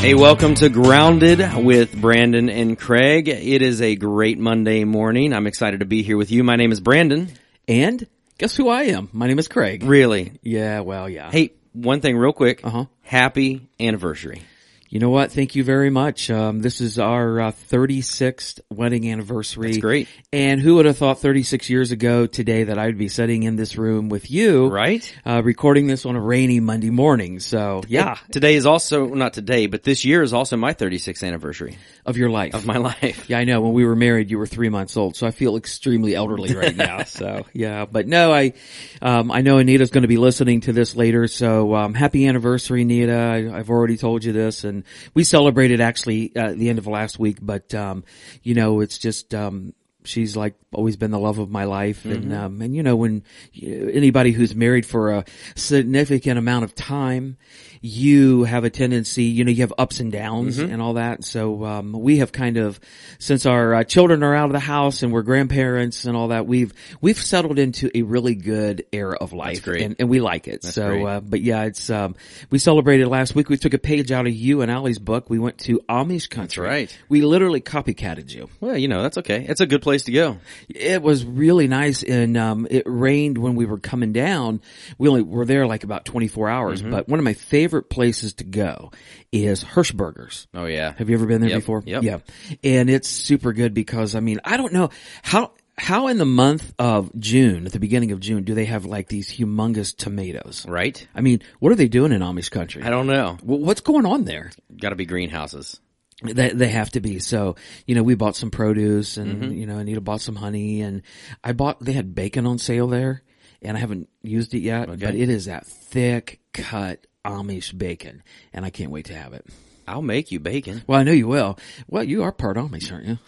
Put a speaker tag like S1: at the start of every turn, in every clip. S1: Hey, welcome to Grounded with Brandon and Craig. It is a great Monday morning. I'm excited to be here with you. My name is Brandon.
S2: And guess who I am? My name is Craig.
S1: Really?
S2: Yeah, well, yeah.
S1: Hey, one thing real quick.
S2: Uh-huh.
S1: Happy anniversary.
S2: You know what? Thank you very much. Um, this is our uh, 36th wedding anniversary.
S1: That's great.
S2: And who would have thought 36 years ago today that I would be sitting in this room with you,
S1: Right?
S2: Uh, recording this on a rainy Monday morning. So yeah,
S1: And Today is also, not today, but this year is also my 36th anniversary
S2: of your life.
S1: of my life.
S2: Yeah, I know. When we were married, you were three months old, so I feel extremely elderly right now. so yeah, but no, I, um, I know Anita's going to be listening to this later. So um, happy anniversary, Anita! I, I've already told you this, and we celebrated actually uh, the end of last week. But um, you know, it's just. Um, She's like always been the love of my life,
S1: Mm-hmm.
S2: and um, and you know when you, anybody who's married for a significant amount of time, you have a tendency, you know, you have ups and downs
S1: Mm-hmm.
S2: and all that. So um, we have kind of, since our uh, children are out of the house and we're grandparents and all that, we've we've settled into a really good era of life,
S1: great.
S2: and and we like it.
S1: great.
S2: so, uh, but yeah, it's um, we celebrated last week. We took a page out of you and Ali's book. We went to Amish country.
S1: right.
S2: We literally copycatted you.
S1: Well, you know, that's okay. It's a good place to go.
S2: It was really nice, and um, it rained when we were coming down. We only were there like about 24 hours,
S1: Mm-hmm.
S2: but one of my favorite places to go is Hirschberger's.
S1: Oh, yeah.
S2: Have you ever been there
S1: Yep,
S2: before?
S1: yep.
S2: Yeah. And it's super good because, I mean, I don't know how, how in the month of June, at the beginning of June, do they have like these humongous tomatoes?
S1: Right?
S2: I mean, what are they doing in Amish country?
S1: I don't know.
S2: Wh- What's going on there?
S1: Gotta be greenhouses.
S2: They, they have to be. So, you know, we bought some produce and, you know, Anita bought some honey and I bought, they had bacon on sale there and I haven't used it yet, but it is that thick cut Amish bacon and I can't wait to have it.
S1: I'll make you bacon.
S2: Well, I know you will. Well, you are part Amish, aren't you?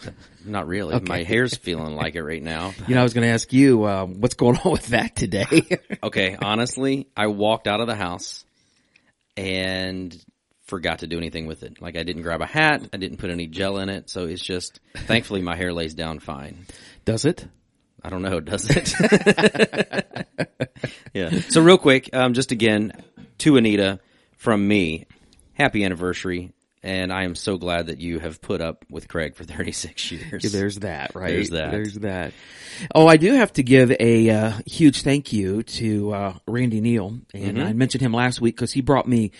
S1: Not really. My hair's feeling like it right now.
S2: You know, I was going to ask you, um, what's going on with that today?
S1: Okay, honestly, I walked out of the house and forgot to do anything with it. Like I didn't grab a hat, I didn't put any gel in it, so it's just thankfully my hair lays down fine.
S2: Does it?
S1: I don't know, does it? yeah. So real quick, um, just again to Anita from me, happy anniversary, and I am so glad that you have put up with Craig for 36 years.
S2: There's that, right?
S1: There's that.
S2: There's that. Oh, I do have to give a uh, huge thank you to uh, Randy Neal, and
S1: Mm-hmm.
S2: I mentioned him last week because he brought me.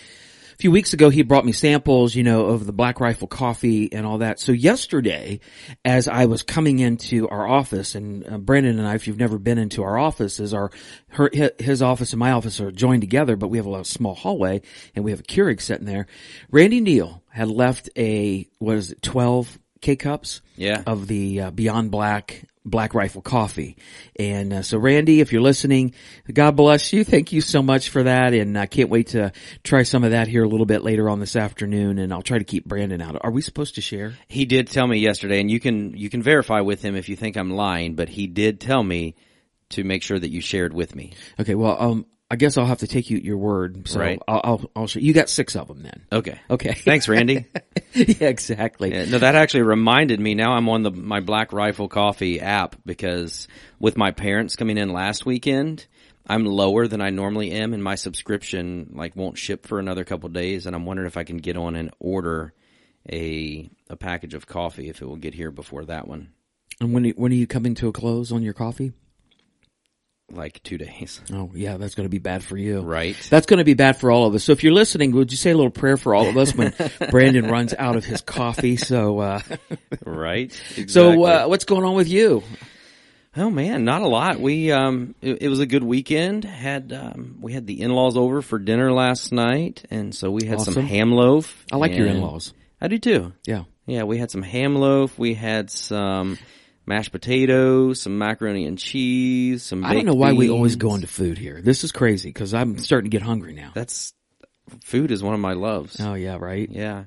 S2: A few weeks ago, he brought me samples, you know, of the Black Rifle coffee and all that. So yesterday, as I was coming into our office, and uh, Brandon and I, if you've never been into our offices, our her, hi- his office and my office are joined together, but we have a little small hallway, and we have a Keurig sitting there. Randy Neal had left a what is it, twelve K cups?
S1: Yeah.
S2: of the uh, Beyond Black Black Rifle Coffee. And uh, so, Randy, if you're listening, God bless you. Thank you so much for that, and I can't wait to try some of that here a little bit later on this afternoon. And I'll try to keep Brandon out. Are we supposed to share?
S1: He did tell me yesterday, and you can you can verify with him if you think I'm lying, but he did tell me to make sure that you shared with me.
S2: Okay. Well, um, I guess I'll have to take you at your word. So
S1: Right.
S2: I'll, I'll, I'll share. You got six of them then.
S1: Okay.
S2: Okay.
S1: Thanks, Randy.
S2: yeah, exactly.
S1: Yeah, no, that actually reminded me. Now I'm on the my Black Rifle Coffee app because with my parents coming in last weekend, I'm lower than I normally am, and my subscription like won't ship for another couple days, and I'm wondering if I can get on and order a a package of coffee if it will get here before that one,
S2: And when, when are you coming to a close on your coffee?
S1: like two days,
S2: Oh, yeah, that's going to be bad for you.
S1: right?
S2: That's going to be bad for all of us. So if you're listening, would you say a little prayer for all of us when Brandon runs out of his coffee? So, uh,
S1: right.
S2: so
S1: Exactly.
S2: uh, what's going on with you?
S1: Oh man, not a lot. We um, it, it was a good weekend. Had um, we had the in laws over for dinner last night, and so we had some
S2: Awesome.
S1: ham loaf.
S2: I like your
S1: and-
S2: in-laws.
S1: I do too.
S2: Yeah.
S1: Yeah, we had some ham loaf. We had some mashed potatoes, some macaroni and cheese, some.
S2: I don't
S1: baked
S2: know why we always
S1: beans.
S2: go into food here. This is crazy because I'm starting to get hungry now.
S1: That's food is one of my loves.
S2: Oh yeah, right.
S1: Yeah.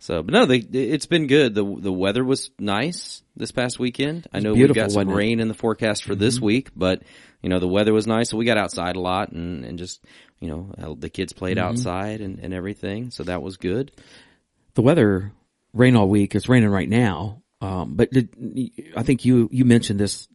S1: So, but no, they, it's been good. The the weather was nice this past weekend. I know we've
S2: beautiful,
S1: got some
S2: wasn't it? Mm-hmm.
S1: rain in the forecast for this week, but you know the weather was nice, so we got outside a lot and and just you know uh, the kids played
S2: Mm-hmm.
S1: outside and and everything, so that was good.
S2: The weather rain all week. It's raining right now. Um, but did, I think you you mentioned this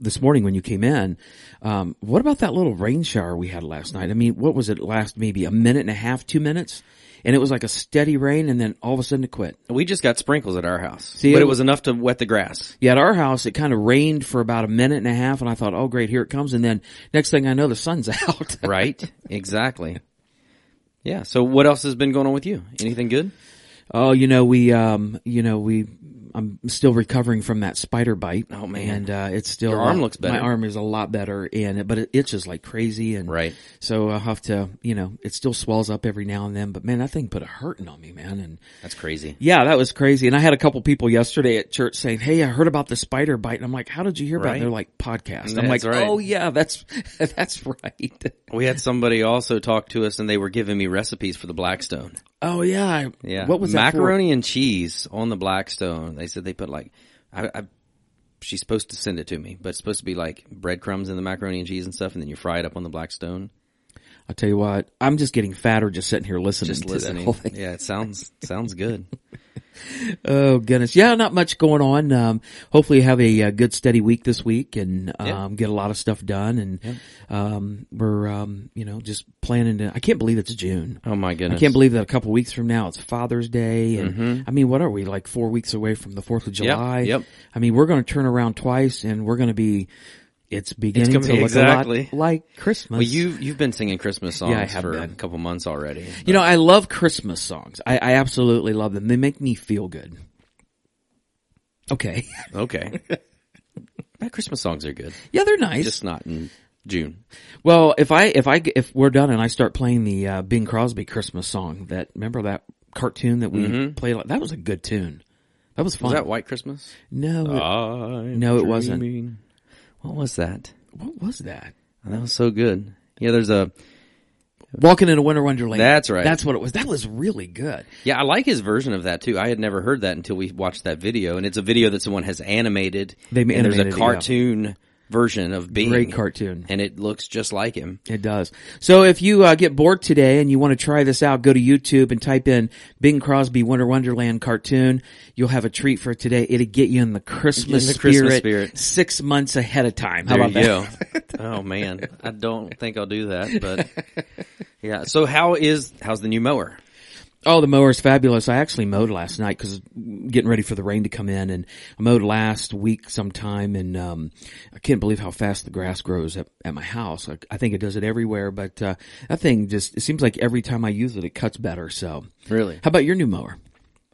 S2: this morning when you came in, um, what about that little rain shower we had last night? I mean, what was it last maybe a minute and a half, two minutes? And it was like a steady rain and then all of a sudden it quit.
S1: We just got sprinkles at our house,
S2: See,
S1: but
S2: it
S1: it was enough to wet the grass.
S2: Yeah, at our house, it kind of rained for about a minute and a half and I thought, oh great, here it comes. And then next thing I know, the sun's out.
S1: Right? exactly. Yeah. So what else has been going on with you? Anything good?
S2: Oh, you know, we, um, you know, we, I'm still recovering from that spider bite.
S1: Oh, man.
S2: And, uh, it's still,
S1: Your arm looks better.
S2: My arm is a lot better and it, but it itches like crazy. And
S1: Right.
S2: so I'll have to, you know, it still swells up every now and then, but man, that thing put a hurting on me, man. And
S1: That's crazy.
S2: yeah, that was crazy. And I had a couple people yesterday at church saying, Hey, I heard about the spider bite. And I'm like, how did you hear about it?
S1: Right.
S2: They're like podcast. I'm like,
S1: That's right.
S2: Oh yeah, that's, that's right.
S1: We had somebody also talk to us, and they were giving me recipes for the Blackstone.
S2: oh yeah. I-
S1: Yeah.
S2: What was that for?
S1: macaroni and cheese on the Blackstone? They said they put like, I, I, she's supposed to send it to me, but it's supposed to be like breadcrumbs in the macaroni and cheese and stuff, and then you fry it up on the Blackstone.
S2: I'll tell you what, I'm just getting fatter just sitting here listening
S1: Just
S2: to that
S1: listening.
S2: whole thing.
S1: Yeah, it sounds sounds good.
S2: Oh goodness, yeah, not much going on. Um, hopefully, you have a, uh good, steady week this week, and um,
S1: Yeah.
S2: get a lot of stuff done. And um, we're um, you know just planning to. I can't believe it's June.
S1: Oh my goodness!
S2: I can't believe that a couple weeks from now it's Father's Day, and I mean, what are we like four weeks away from the Fourth of July?
S1: Mm-hmm. yep.
S2: I mean, we're going to turn around twice, and we're going to be. It's beginning
S1: gonna
S2: to
S1: be-
S2: look
S1: exactly.
S2: a lot like Christmas.
S1: Well, you you've been singing Christmas songs
S2: Yeah, I have
S1: for a
S2: been.
S1: couple months already.
S2: you know, I love Christmas songs. I, I absolutely love them. They make me feel good. Okay.
S1: Okay. My Christmas songs are good,
S2: Yeah, they're nice.
S1: just not in June.
S2: well, if I if I if we're done and I start playing the uh, Bing Crosby Christmas song, that remember that cartoon that we played? That was a good tune. That was fun.
S1: Was that White Christmas?
S2: no, it-
S1: No,
S2: it wasn't.
S1: What was that?
S2: what was that?
S1: That was so good. Yeah, there's a
S2: Walking in a Winter Wonderland.
S1: That's right.
S2: That's what it was. That was really good.
S1: Yeah, I like his version of that too. I had never heard that until we watched that video, and it's a video that someone has animated.
S2: They
S1: and there's
S2: animated it,
S1: a
S2: yeah.
S1: cartoon version of Bing.
S2: Great cartoon.
S1: and it looks just like him.
S2: It does. So if you uh, get bored today and you want to try this out, go to YouTube and type in Bing Crosby Winter Wonderland cartoon. You'll have a treat for today. It'll get you in the Christmas,
S1: the Christmas
S2: spirit,
S1: spirit.
S2: six months ahead of time. How
S1: There
S2: about that?
S1: you go. oh man, I don't think I'll do that, but yeah. So how is how's the new mower?
S2: Oh, the mower's fabulous. I actually mowed last night because getting ready for the rain to come in and I mowed last week sometime and, um, I can't believe how fast the grass grows at, at my house. I, I think it does it everywhere, but, uh, that thing just, it seems like every time I use it, it cuts better. So
S1: Really,
S2: how about your new mower?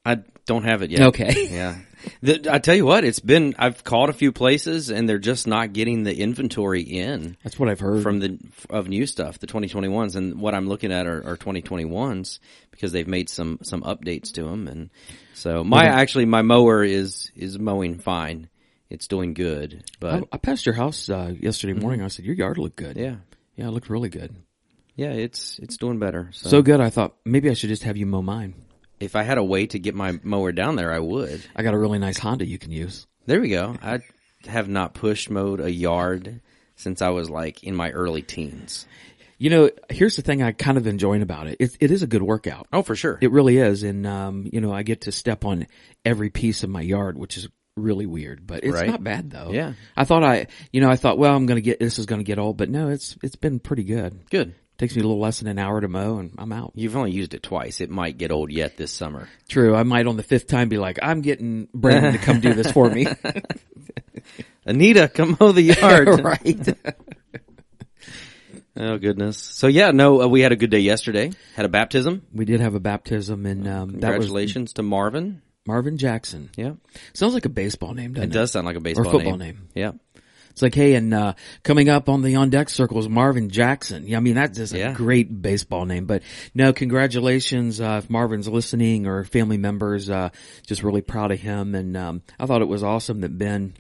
S1: I don't have it yet.
S2: Okay.
S1: Yeah. The, I tell you what, it's been I've called a few places and they're just not getting the inventory in.
S2: That's what I've heard.
S1: from the of new stuff, the 2021s, and what I'm looking at are, are 2021s because they've made some some updates to them, and so my actually my mower is is mowing fine, it's doing good, but
S2: I, I passed your house, uh, yesterday morning. I said, your yard looked good.
S1: Mm-hmm. yeah,
S2: Yeah, it looked really good.
S1: yeah, it's it's doing better. So,
S2: So good. I thought maybe I should just have you mow mine.
S1: if I had a way to get my mower down there, I would.
S2: I got a really nice Honda you can use.
S1: There we go. I have not pushed mowed a yard since I was like in my early teens.
S2: You know, here's the thing I kind of enjoying about it. It, it is a good workout.
S1: Oh, for sure.
S2: It really is, and um, you know, I get to step on every piece of my yard, which is really weird, but it's
S1: Right.
S2: not bad though.
S1: Yeah.
S2: I thought I, you know, I thought, well, I'm gonna get this is gonna get old, but no, it's it's been pretty good.
S1: good.
S2: Takes me a little less than an hour to mow, and I'm out.
S1: You've only used it twice. It might get old yet this summer.
S2: True, I might on the fifth time be like, I'm getting Brandon to come do this for me,
S1: Anita, come mow the yard.
S2: right?
S1: Oh goodness! So yeah, no, uh, we had a good day yesterday. Had a baptism.
S2: we did have a baptism, and um, that was
S1: Congratulations to Marvin.
S2: Marvin Jackson.
S1: Yeah,
S2: Sounds like a baseball name, doesn't
S1: it
S2: it?
S1: does sound like a baseball
S2: football name.
S1: Yeah,
S2: It's like, hey, and uh, coming up on the on deck circle is Marvin Jackson. Yeah, I mean that's just a
S1: Yeah.
S2: great baseball name. But no, congratulations uh, if Marvin's listening or family members. Uh, just really proud of him, and um, I thought it was awesome that Ben,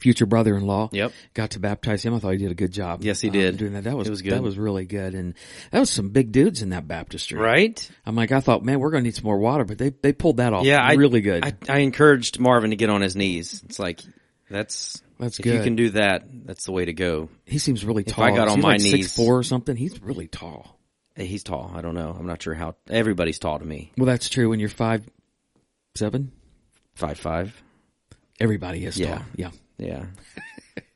S2: future brother-in-law,
S1: Yep.
S2: got to baptize him. I thought he did a good job.
S1: Yes, he
S2: uh,
S1: did.
S2: doing that. That was,
S1: It was
S2: That
S1: good.
S2: was really good, and that was some big dudes in that baptistry.
S1: right.
S2: I'm like, I thought, man, we're gonna need some more water, but they they pulled that off.
S1: Yeah, I,
S2: really good.
S1: I, I encouraged Marvin to get on his knees. It's like that's
S2: That's
S1: if
S2: good.
S1: you can do that, that's the way to go.
S2: he seems really tall.
S1: I got on
S2: He's
S1: my
S2: like
S1: knees-
S2: six four or something. He's really tall.
S1: Hey, He's tall. I don't know. I'm not sure how everybody's tall to me.
S2: Well, that's true. When you're five, seven,
S1: Five five.
S2: everybody is
S1: Yeah.
S2: tall. Yeah.
S1: Yeah.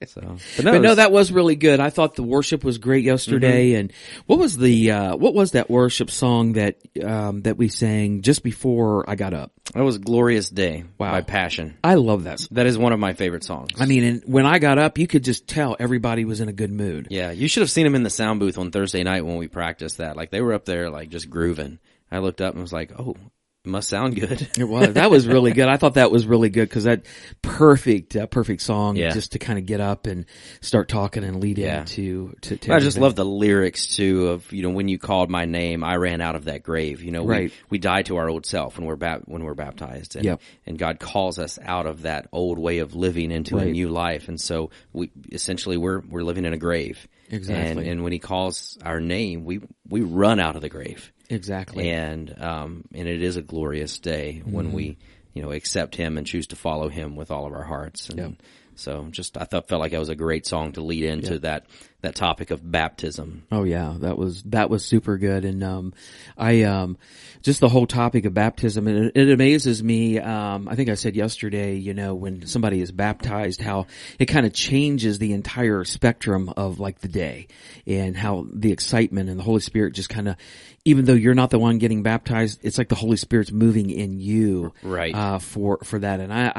S1: So,
S2: But no,
S1: it's-
S2: that was really good. I thought the worship was great yesterday.
S1: Mm-hmm.
S2: And what was the uh, what was that worship song that um, that we sang just before I got up?
S1: that was glorious day
S2: Wow.
S1: by Passion.
S2: I love that. song.
S1: That is one of my favorite songs.
S2: I mean, and when I got up, you could just tell everybody was in a good mood.
S1: yeah, you should have seen them in the sound booth on Thursday night when we practiced that. Like they were up there, like just grooving. I looked up and was like, "Oh, it must sound good."
S2: It was that was really good. I thought that was really good because that perfect uh, perfect song
S1: Yeah.
S2: just to kind of get up and start talking and lead
S1: Yeah.
S2: into to. to
S1: I just
S2: everything.
S1: love the lyrics too of you know when you called my name, I ran out of that grave. You know,
S2: Right.
S1: we we die to our old self when we're bap- when we're baptized, and
S2: Yep.
S1: and God calls us out of that old way of living into a
S2: Right.
S1: new life, and so we essentially we're we're living in a grave. And,
S2: Exactly.
S1: and when he calls our name, we we run out of the grave,
S2: exactly.
S1: and um and it is a glorious day when we you know accept him and choose to follow him with all of our hearts. And so just I thought felt like that was a great song to lead into that that topic of baptism.
S2: Oh yeah, that was that was super good, and um, I um, just the whole topic of baptism, and it, it amazes me. Um, I think I said yesterday, you know, when somebody is baptized, how it kind of changes the entire spectrum of like the day, and how the excitement and the Holy Spirit just kind of, even though you're not the one getting baptized, it's like the Holy Spirit's moving in you,
S1: Right.
S2: uh, for for that. And I,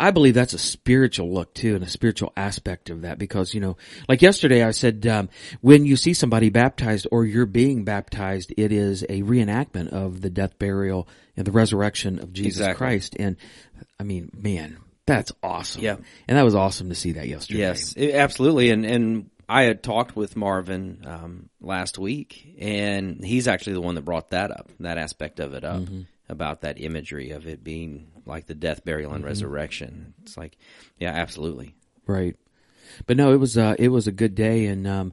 S2: I I believe that's a spiritual look too, and a spiritual aspect of that because you know, like yesterday I said, um, when you see somebody baptized or you're being baptized, it is a reenactment of the death, burial, and the resurrection of Jesus
S1: Exactly.
S2: Christ. And I mean, man, that's awesome.
S1: Yeah.
S2: and that was awesome to see that yesterday.
S1: Yes, i- absolutely. And and I had talked with Marvin um, last week, and he's actually the one that brought that up, that aspect of it up, about that imagery of it being like the death, burial, and resurrection. It's like, yeah, absolutely.
S2: Right. But no, it was uh, it was a good day and um,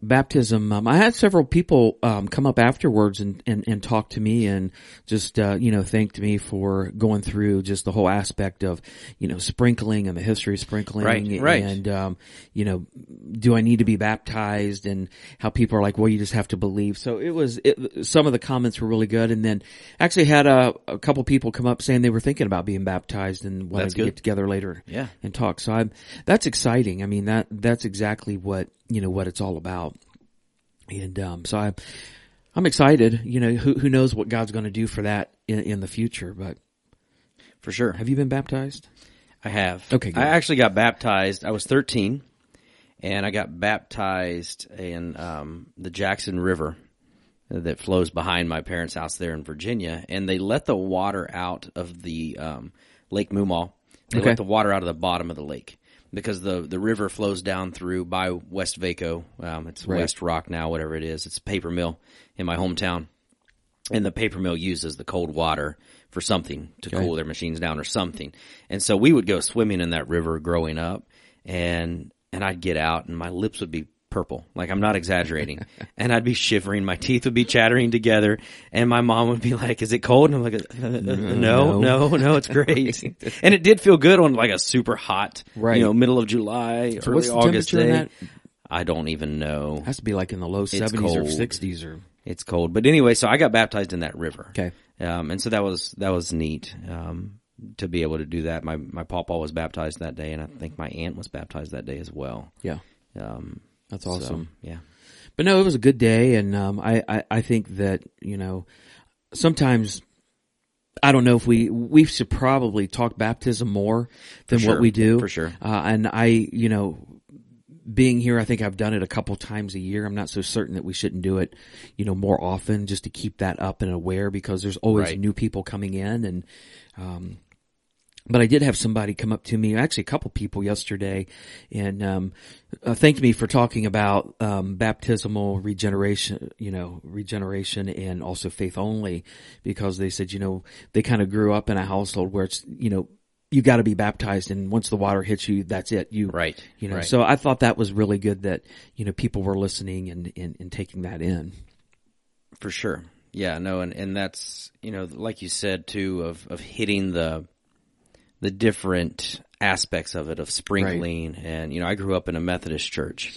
S2: baptism. Um, I had several people um, come up afterwards and, and, and talk to me and just uh, you know thanked me for going through just the whole aspect of you know sprinkling and the history of sprinkling
S1: Right, right.
S2: and um, you know do I need to be baptized and how people are like well you just have to believe. So it was it, some of the comments were really good and then actually had a, a couple people come up saying they were thinking about being baptized and wanted
S1: That's
S2: to
S1: good.
S2: get together later
S1: Yeah.
S2: and talk. So I'm that's exciting. I mean that that's exactly what you know what it's all about. And um, so I'm I'm excited. You know who who knows what God's going to do for that in, in the future. But
S1: For sure.
S2: have you been baptized?
S1: I have.
S2: Okay, good.
S1: I actually got baptized. I was 13, and I got baptized in um, the Jackson River that flows behind my parents' house there in Virginia. And they let the water out of the um, Lake Mumal. They
S2: Okay.
S1: let the water out of the bottom of the lake because the the river flows down through by West Vaco. Um, it's West Rock now, whatever it is. It's a paper mill in my hometown and the paper mill uses the cold water for something to cool their machines down or something. And so we would go swimming in that river growing up and and I'd get out and my lips would be purple. Like I'm not exaggerating. and I'd be shivering, my teeth would be chattering together and my mom would be like, "Is it cold?" and I'm like, "Uh, uh, "No, no, no, it's great." And it did feel good on like a super hot,
S2: Right.
S1: you know, middle of July, early
S2: what's the
S1: August
S2: temperature in
S1: day. I don't even know.
S2: Has to be like in the low seventies or
S1: cold.
S2: sixties or
S1: It's cold, but anyway, so I got baptized in that river.
S2: Okay.
S1: um, and so that was that was neat um, to be able to do that. My my papa was baptized that day, and I think my aunt was baptized that day as well.
S2: yeah.
S1: Um,
S2: That's
S1: so,
S2: awesome.
S1: yeah,
S2: But no, it was a good day, and um, I, I I think that you know sometimes I don't know if we we should probably talk baptism more than
S1: sure.
S2: what we do
S1: For sure.
S2: Uh, and I you know being here, I think I've done it a couple times a year. I'm not so certain that we shouldn't do it, you know, more often just to keep that up and aware because there's always
S1: Right.
S2: new people coming in and but I did have somebody come up to me, actually a couple people yesterday, and um, uh, thanked me for talking about um, baptismal regeneration, you know, regeneration and also faith only, because they said, you know, they kind of grew up in a household where it's, you know, you got to be baptized, and once the water hits you, that's it. You
S1: Right,
S2: you know.
S1: right.
S2: So I thought that was really good that you know people were listening and and, and taking that in.
S1: for sure. Yeah, no, and and that's you know, like you said too, of of hitting the the different aspects of it of sprinkling and you know I grew up in a Methodist church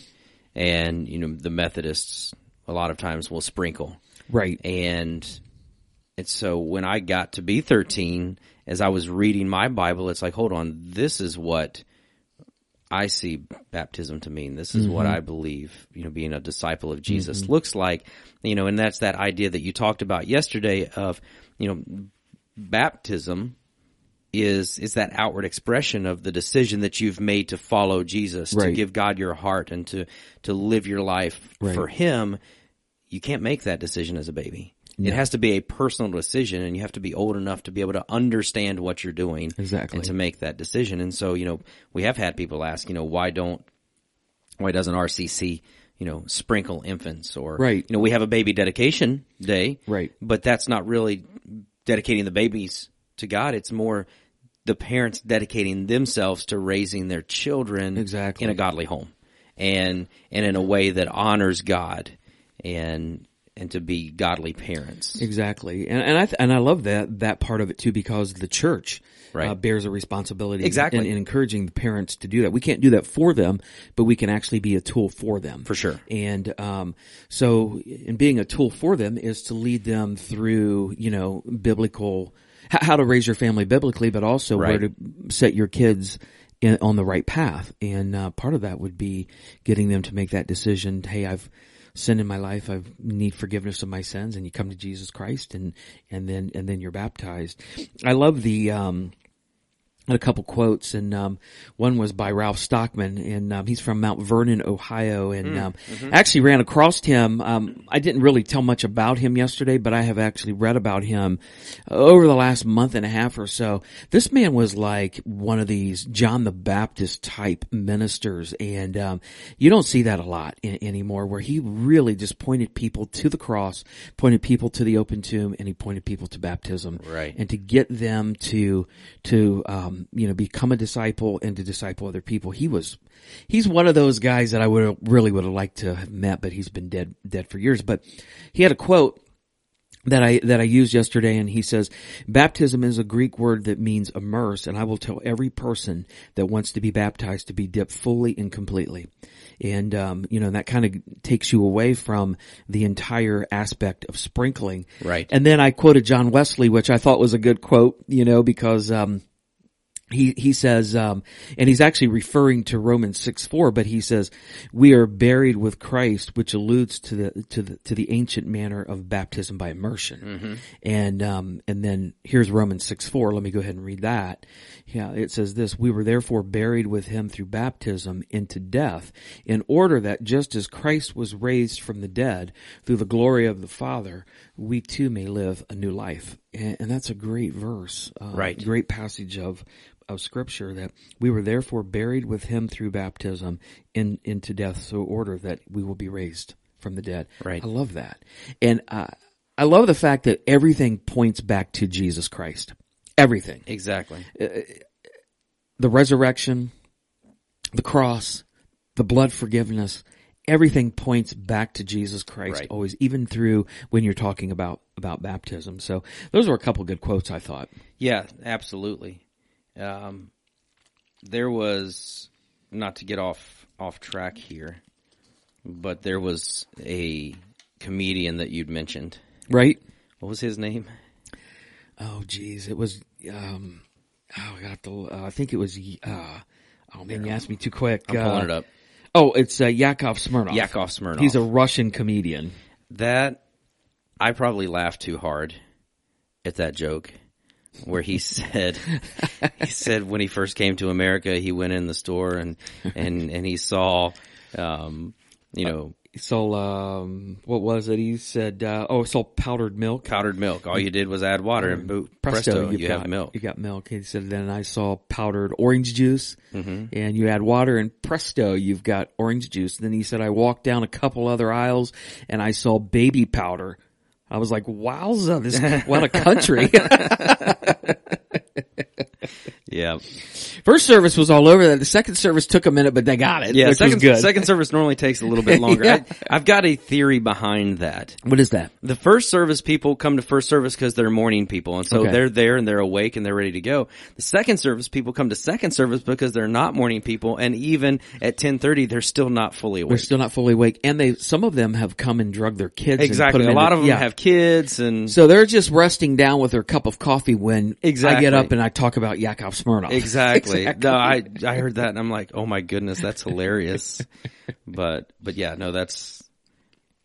S1: and you know the Methodists a lot of times will sprinkle
S2: Right.
S1: And and so when I got to be 13, as I was reading my Bible, it's like, hold on, this is what I see baptism to mean. This is what I believe, you know, being a disciple of Jesus looks like, you know, and that's that idea that you talked about yesterday of, you know, baptism is is that outward expression of the decision that you've made to follow Jesus, to
S2: Right.
S1: give God your heart and to to live your life for him. You can't make that decision as a baby. It has to be a personal decision and you have to be old enough to be able to understand what you're doing
S2: Exactly.
S1: and to make that decision. And so, you know, we have had people ask, you know, why don't why doesn't RCC, you know, sprinkle infants or,
S2: Right.
S1: you know, we have a baby dedication day,
S2: Right.
S1: But that's not really dedicating the babies to God. It's more the parents dedicating themselves to raising their children
S2: Exactly.
S1: in a godly home and, and in a way that honors God and, and to be godly parents.
S2: Exactly, and and I th- and I love that that part of it too because the church
S1: Right.
S2: uh, bears a responsibility
S1: Exactly.
S2: in, in encouraging the parents to do that. We can't do that for them, but we can actually be a tool for them
S1: For sure.
S2: And um, so, in being a tool for them is to lead them through you know biblical h- how to raise your family biblically, but also where
S1: Right.
S2: to set your kids. In, on the right path, and uh, part of that would be getting them to make that decision. Hey, I've sin in my life. I need forgiveness of my sins, and you come to Jesus Christ, and and then and then you're baptized. I love the. Um, I had a couple quotes, and um, one was by Ralph Stockman, and um, he's from Mount Vernon, Ohio, and um, I actually ran across him. Um, I didn't really tell much about him yesterday, but I have actually read about him over the last month and a half or so. This man was like one of these John the Baptist type ministers, and um, you don't see that a lot in, anymore, where he really just pointed people to the cross, pointed people to the open tomb, and he pointed people to baptism,
S1: Right.
S2: and to get them to to um, you know become a disciple and to disciple other people. He was he's one of those guys that I would really would have liked to have met, but he's been dead dead for years. But he had a quote that I that I used yesterday, and he says, "Baptism is a Greek word that means immerse, and I will tell every person that wants to be baptized to be dipped fully and completely." And um, you know that kind of takes you away from the entire aspect of sprinkling,
S1: Right.
S2: And then I quoted John Wesley, which I thought was a good quote, you know, because. Um, he he says, um, and he's actually referring to Romans six four, but he says, "We are buried with Christ," which alludes to the to the to the ancient manner of baptism by immersion. And um, and then here's Romans six four. Let me go ahead and read that. Yeah, it says this: "We were therefore buried with him through baptism into death, in order that just as Christ was raised from the dead through the glory of the Father, we too may live a new life." And, and that's a great verse, uh,
S1: Right.
S2: Great passage of of scripture that we were therefore buried with him through baptism in into death so order that we will be raised from the dead
S1: Right.
S2: i love that and uh, i love the fact that everything points back to jesus christ everything
S1: Exactly.
S2: the resurrection the cross the blood forgiveness everything points back to jesus christ
S1: Right.
S2: always even through when you're talking about about baptism so those were a couple good quotes i thought
S1: Yeah, absolutely. Um, there was not to get off off track here, but there was a comedian that you'd mentioned.
S2: right
S1: What was his name?
S2: Oh geez, it was. Um, oh, I got to. Uh, I think it was. Uh, oh man, you asked me too quick. I'm
S1: Pulling it up.
S2: Oh, it's uh, Yakov Smirnov.
S1: Yakov Smirnov.
S2: He's a Russian comedian.
S1: That I probably laughed too hard at that joke where he said he said when he first came to America he went in the store and and and he saw um you know
S2: So, um, what was it? He said, uh, "Oh, it's all powdered milk."
S1: powdered milk all you did was add water and boop, presto, you
S2: you've
S1: have
S2: got-
S1: milk
S2: You got milk. He said, "Then I saw powdered orange juice,
S1: Mm-hmm.
S2: and you add water, and presto, you've got orange juice." Then he said, "I walked down a couple other aisles, and I saw baby powder." I was like, "Wowza! This what a country!"
S1: yeah
S2: First service was all over that. The second service took a minute, but they got it.
S1: yeah
S2: which
S1: second
S2: was good.
S1: second service normally takes a little bit longer
S2: Yeah.
S1: I, i've got a theory behind that
S2: What is that?
S1: the first service people come to first service because they're morning people and so
S2: Okay.
S1: they're there and they're awake and they're ready to go the second service people come to second service because they're not morning people and even at 10.30 they're still not fully
S2: They're
S1: awake
S2: still not fully awake, and they some of them have come and drugged their kids. and put
S1: exactly a
S2: in
S1: lot
S2: the-
S1: of them
S2: yeah.
S1: have kids and
S2: So they're just resting down with their cup of coffee when I
S1: Exactly.
S2: get up and I talk about Yakov Smirnoff.
S1: Exactly. No, I I heard that and I'm like, oh my goodness, that's hilarious. but but yeah, no, that's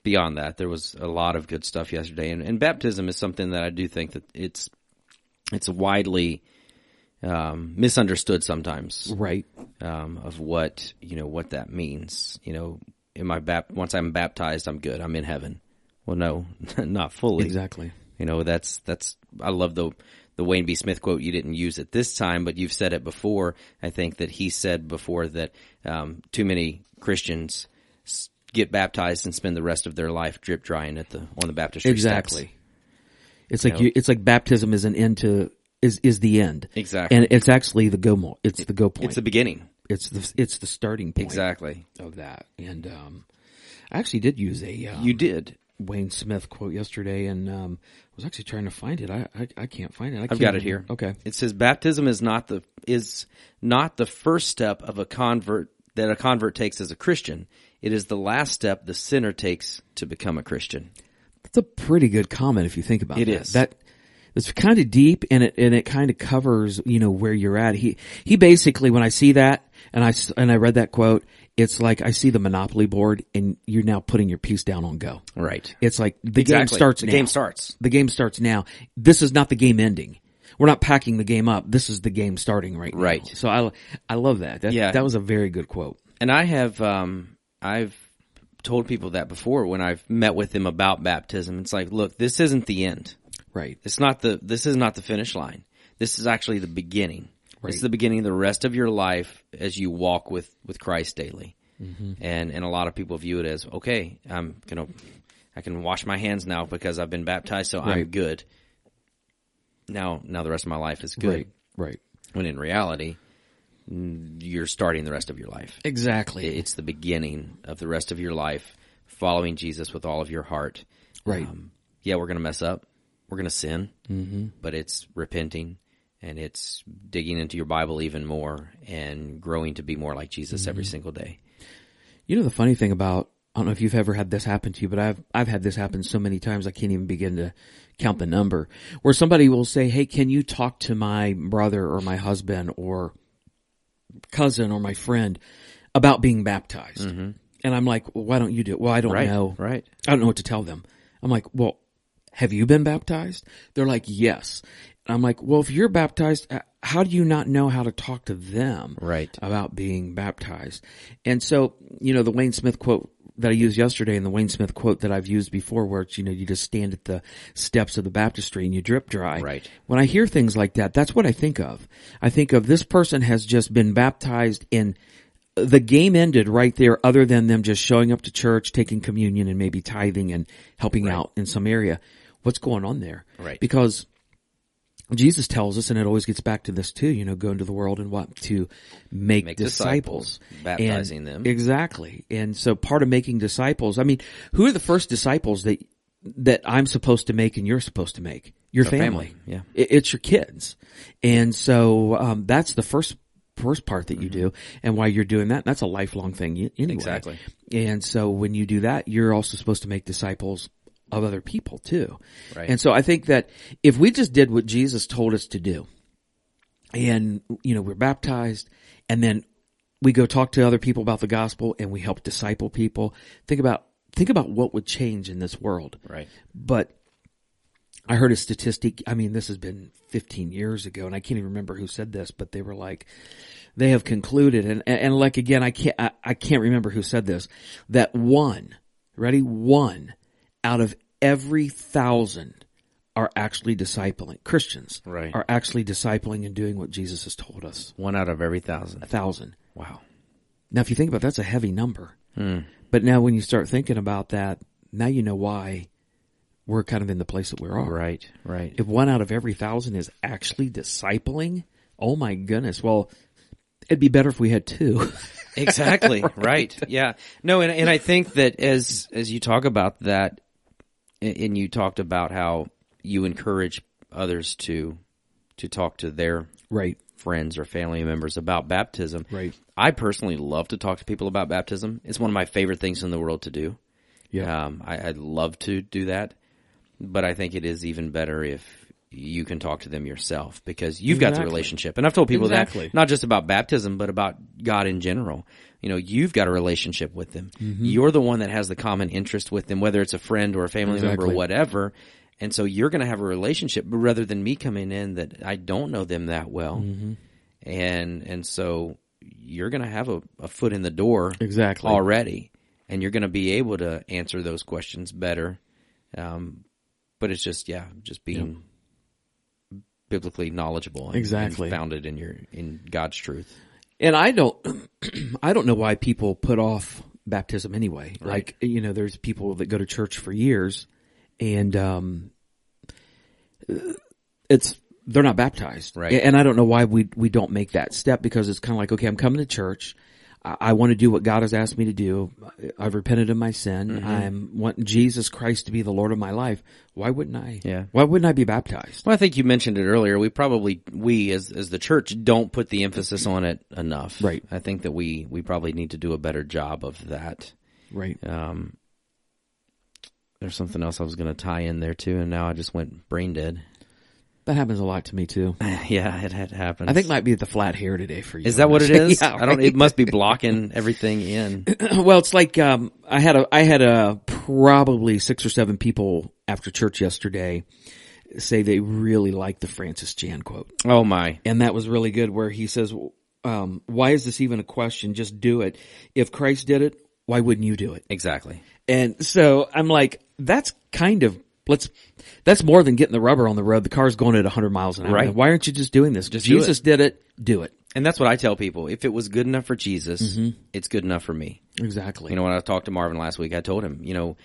S1: beyond that. There was a lot of good stuff yesterday, and, and baptism is something that I do think that it's it's widely um, misunderstood sometimes
S2: Right.
S1: um, of what you know what that means. You know, am I bap- once I'm baptized, I'm good. I'm in heaven. Well, no, not fully.
S2: Exactly.
S1: You know, that's that's I love the the Wayne B. Smith quote. You didn't use it this time, but you've said it before. I think that he said before that um, too many Christians s- get baptized and spend the rest of their life drip drying at the on the baptistry.
S2: Exactly.
S1: steps.
S2: It's like you, it's like baptism is an end to is is the end.
S1: Exactly.
S2: And it's actually the go mo- it's the go point.
S1: It's the beginning.
S2: it's the it's the starting point
S1: Exactly.
S2: of that. And um I actually did use a um,
S1: You did.
S2: Wayne Smith quote yesterday and um I was actually trying to find it. I I, I can't find it. I
S1: I've got it here.
S2: Okay.
S1: It says baptism is not the is not the first step of a convert that a convert takes as a Christian. It is the last step the sinner takes to become a Christian.
S2: That's a pretty good comment if you think about
S1: It
S2: it. It
S1: is.
S2: is that. It's kind of deep and it and it kind of covers you know where you're at. He he basically when I see that and I s- and I read that quote, it's like I see the monopoly board and you're now putting your piece down on go.
S1: Right.
S2: It's like the game
S1: Exactly.
S2: starts.
S1: The
S2: now.
S1: game starts.
S2: The game starts now. This is not the game ending. We're not packing the game up. This is the game starting right now.
S1: Right.
S2: So I I love that. that
S1: Yeah.
S2: That was a very good quote.
S1: And I have um I've told people that before when I've met with them about baptism. It's like, look, this isn't the end.
S2: Right.
S1: It's not the this is not the finish line. This is actually the beginning. This is the beginning of the rest of your life as you walk with with Christ daily.
S2: Mm-hmm.
S1: And and a lot of people view it as okay, I'm gonna I can wash my hands now because I've been baptized, so I'm
S2: Right.
S1: good. Now now the rest of my life is good.
S2: Right. Right.
S1: When in reality, n- you're starting the rest of your life.
S2: Exactly.
S1: It's the beginning of the rest of your life, following Jesus with all of your heart
S2: right.
S1: Um, yeah, we're going to mess up. We're going to sin, mm-hmm. but it's repenting and it's digging into your Bible even more and growing to be more like Jesus every single day.
S2: You know the funny thing about I don't know if you've ever had this happen to you, but I've I've had this happen so many times I can't even begin to count the number. Where somebody will say, "Hey, can you talk to my brother or my husband or cousin or my friend about being baptized?" And I'm like, well, "Why don't you do it?" Well, I don't
S1: Mm-hmm. Right.
S2: know.
S1: Right.
S2: I don't know what to tell them. I'm like, well, have you been baptized? They're like, yes. And I'm like, well, if you're baptized, uh, how do you not know how to talk to them
S1: Right.
S2: about being baptized? And so, you know, the Wayne Smith quote that I used yesterday and the Wayne Smith quote that I've used before where it's, you know, you just stand at the steps of the baptistry and you drip dry.
S1: Right.
S2: When I hear things like that, that's what I think of. I think of this person has just been baptized in uh, the game ended right there other than them just showing up to church, taking communion and maybe tithing and helping out in some area. What's going on there?
S1: Right.
S2: Because Jesus tells us, and it always gets back to this too, you know, go into the world and what? To make,
S1: Make disciples,
S2: disciples.
S1: baptizing
S2: And-
S1: them.
S2: Exactly. And so part of making disciples, I mean, who are the first disciples that, that I'm supposed to make and you're supposed to make? Your family.
S1: family, yeah.
S2: It, it's your kids. And so, um, that's the first, first part that you do. And while you're doing that, that's a lifelong thing y- anyway.
S1: Mm-hmm. Exactly.
S2: And so when you do that, you're also supposed to make disciples of other people too.
S1: Right.
S2: And so I think that if we just did what Jesus told us to do, and you know we're baptized and then we go talk to other people about the gospel and we help disciple people think about think about what would change in this world
S1: Right.
S2: but i heard a statistic i mean this has been 15 years ago and i can't even remember who said this but they were like they have concluded and and, and like again i can't I, I can't remember who said this that one ready one out of every thousand are actually discipling christians
S1: Right.
S2: are actually discipling and doing what jesus has told us
S1: One out of every thousand.
S2: a thousand
S1: Wow.
S2: now, if you think about it, that's a heavy number. But now when you start thinking about that, now you know why we're kind of in the place that we are.
S1: Right. Right.
S2: If one out of every thousand is actually discipling, oh my goodness. Well, it'd be better if we had two.
S1: exactly right. yeah no and, and i think that as as you talk about that a- and you talked about how you encourage others to to talk to their
S2: right.
S1: friends or family members about baptism
S2: Right.
S1: i personally love to talk to people about baptism it's one of my favorite things in the world to do
S2: Yeah.
S1: um, I, i'd love to do that but i think it is even better if you can talk to them yourself because you've got the
S2: Exactly.
S1: relationship. And I've told people
S2: Exactly.
S1: that not just about baptism, but about God in general. You know, you've got a relationship with them.
S2: Mm-hmm.
S1: You're the one that has the common interest with them, whether it's a friend or a family member
S2: Exactly.
S1: or whatever. And so you're going to have a relationship but rather than me coming in that I don't know them that well.
S2: Mm-hmm.
S1: And, and so you're going to have a, a foot in the door
S2: Exactly.
S1: already and you're going to be able to answer those questions better. Um, but it's just, yeah, just being biblically knowledgeable and,
S2: Exactly.
S1: and founded in your, in God's truth.
S2: And I don't, I don't know why people put off baptism anyway. Like, you know, there's people that go to church for years and, um, it's, they're not baptized.
S1: Right.
S2: And I don't know why we, we don't make that step because it's kind of like, okay, I'm coming to church. I, I want to do what God has asked me to do. I- I've repented of my sin.
S1: Mm-hmm.
S2: I'm wanting Jesus Christ to be the Lord of my life. Why wouldn't I?
S1: Yeah.
S2: Why wouldn't I be baptized?
S1: Well, I think you mentioned it earlier. We probably, we as, as the church don't put the emphasis on it enough.
S2: Right.
S1: I think that we, we probably need to do a better job of that.
S2: Right.
S1: Um, there's something else I was going to tie in there too. And now I just went brain dead.
S2: That happens a lot to me too.
S1: yeah, it had happened.
S2: I think might be the flat hair today for you.
S1: Is that what it is?
S2: Yeah,
S1: I don't. It must be blocking everything in.
S2: well, it's like um, I had a I had a probably six or seven people after church yesterday say they really like the Francis Jan quote,
S1: Oh my!
S2: and that was really good. Where he says, um, "Why is this even a question? Just do it. If Christ did it, why wouldn't you do it?"
S1: Exactly.
S2: And so I'm like, that's kind of let's that's more than getting the rubber on the road. The car's going at 100 miles an hour.
S1: Right.
S2: Why aren't you just doing this?
S1: do it.
S2: Jesus did it. Do it.
S1: And that's what I tell people. If it was good enough for Jesus, it's good enough for me.
S2: Exactly.
S1: You know, when I talked to Marvin last week, I told him, you know,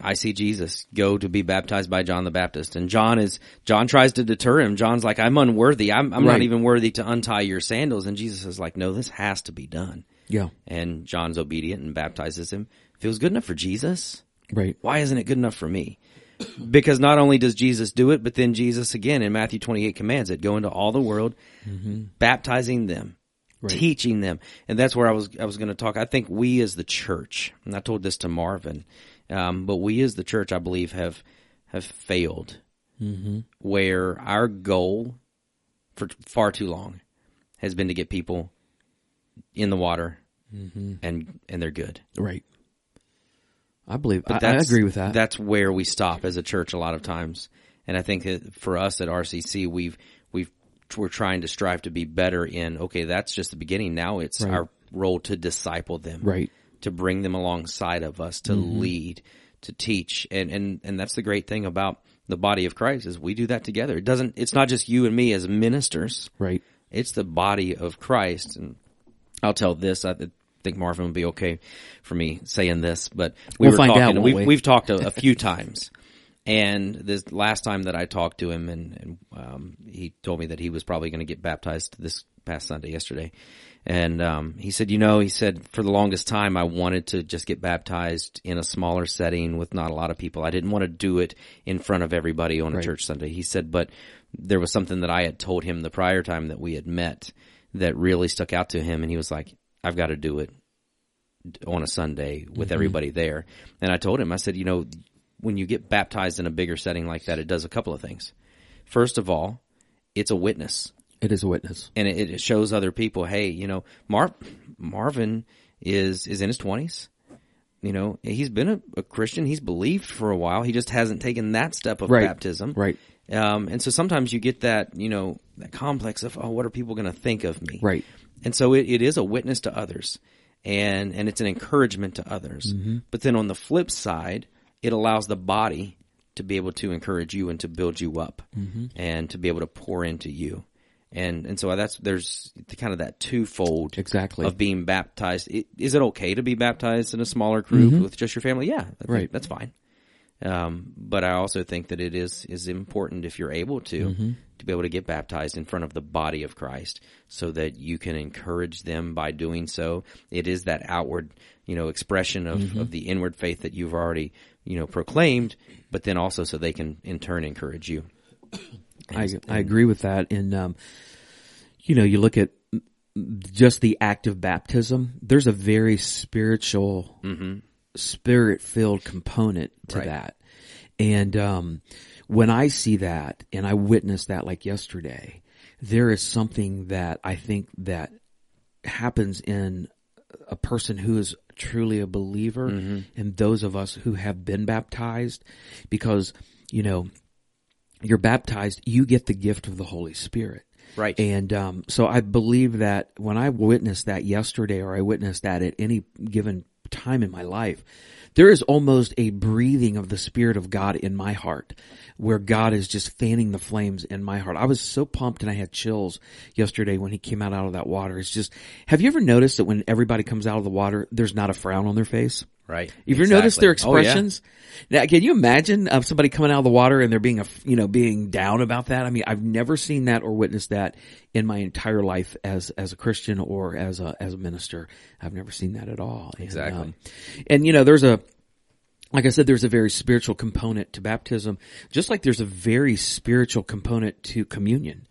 S1: I see Jesus go to be baptized by John the Baptist, and John is John tries to deter him. John's like, "I'm unworthy. I'm, I'm
S2: Right.
S1: not even worthy to untie your sandals." And Jesus is like, "No, this has to be done."
S2: yeah.
S1: And John's obedient and baptizes him. If it was good enough for Jesus,
S2: Right.
S1: why isn't it good enough for me? Because not only does Jesus do it, but then Jesus again in Matthew 28 commands it, go into all the world, baptizing them, teaching them. And that's where I was, I was going to talk. I think we as the church, and I told this to Marvin, um, but we as the church, I believe have, have failed where our goal for t- far too long has been to get people in the water and, and they're good.
S2: Right. I believe I, I
S1: That's-
S2: agree with that.
S1: That's where we stop as a church a lot of times, and I think that for us at RCC, we've we've we're trying to strive to be better in. Okay, that's just the beginning. Now it's our role to disciple them,
S2: Right. Mm-hmm.
S1: To bring them alongside of us, to lead, to teach, and and and that's the great thing about the body of Christ is we do that together. It doesn't. It's not just you and me as ministers.
S2: Right.
S1: It's the body of Christ. And I'll tell this. I th- think Marvin will be okay for me saying this, but we
S2: We'll
S1: were
S2: find out,
S1: talking.
S2: won't
S1: we've,
S2: we?
S1: have talked a, a few times. And this last time that I talked to him and, and um, he told me that he was probably going to get baptized this past Sunday yesterday. And, um, he said, you know, he said for the longest time, I wanted to just get baptized in a smaller setting with not a lot of people. I didn't want to do it in front of everybody on a church Sunday. He said, but there was something that I had told him the prior time that we had met that really stuck out to him. And he was like, I've got to do it on a Sunday with
S2: Mm-hmm.
S1: everybody there. And I told him, I said, you know, when you get baptized in a bigger setting like that, it does a couple of things. First of all, it's a witness
S2: It is a witness.
S1: and it, it shows other people, hey, you know, Mar- Marvin is is in his twenties. You know, he's been a, a Christian. He's believed for a while. He just hasn't taken that step of
S2: Right.
S1: baptism.
S2: Right.
S1: Um, and so sometimes you get that, you know, that complex of, oh, what are people going to think of me?
S2: Right.
S1: And so it, it is a witness to others and, and it's an encouragement to others. But then on the flip side, it allows the body to be able to encourage you and to build you up and to be able to pour into you. And, and so that's, there's kind of that twofold
S2: Exactly.
S1: of being baptized. I- Is it okay to be baptized in a smaller group with just your family? Yeah. I think
S2: Mm-hmm. Right.
S1: That's fine. Um, but I also think that it is is important if you're able to
S2: Mm-hmm.
S1: to be able to get baptized in front of the body of Christ, so that you can encourage them by doing so. It is that outward, you know, expression of,
S2: Mm-hmm.
S1: of the inward faith that you've already you know proclaimed, but then also so they can in turn encourage you.
S2: I, I agree with that. And, um, you know, you look at just the act of baptism, there's a very spiritual, spirit filled component to that. And um, when I see that and I witnessed that like yesterday, there is something that I think that happens in a person who is truly a believer and those of us who have been baptized because, you know, you're baptized, you get the gift of the Holy Spirit.
S1: Right.
S2: And um, so I believe that when I witnessed that yesterday or I witnessed that at any given time in my life, there is almost a breathing of the Spirit of God in my heart where God is just fanning the flames in my heart. I was so pumped and I had chills yesterday when he came out, out of that water. It's just, have you ever noticed that when everybody comes out of the water, there's not a frown on their face?
S1: Right.
S2: If you notice their
S1: Exactly. Oh, yeah.
S2: expressions, now can you imagine uh, somebody coming out of the water and they're being a you know being down about that? I mean, I've never seen that or witnessed that in my entire life as as a Christian or as a as a minister. I've never seen that at all. And,
S1: Exactly.
S2: um, and you know, there's a like I said, there's a very spiritual component to baptism, just like there's a very spiritual component to communion.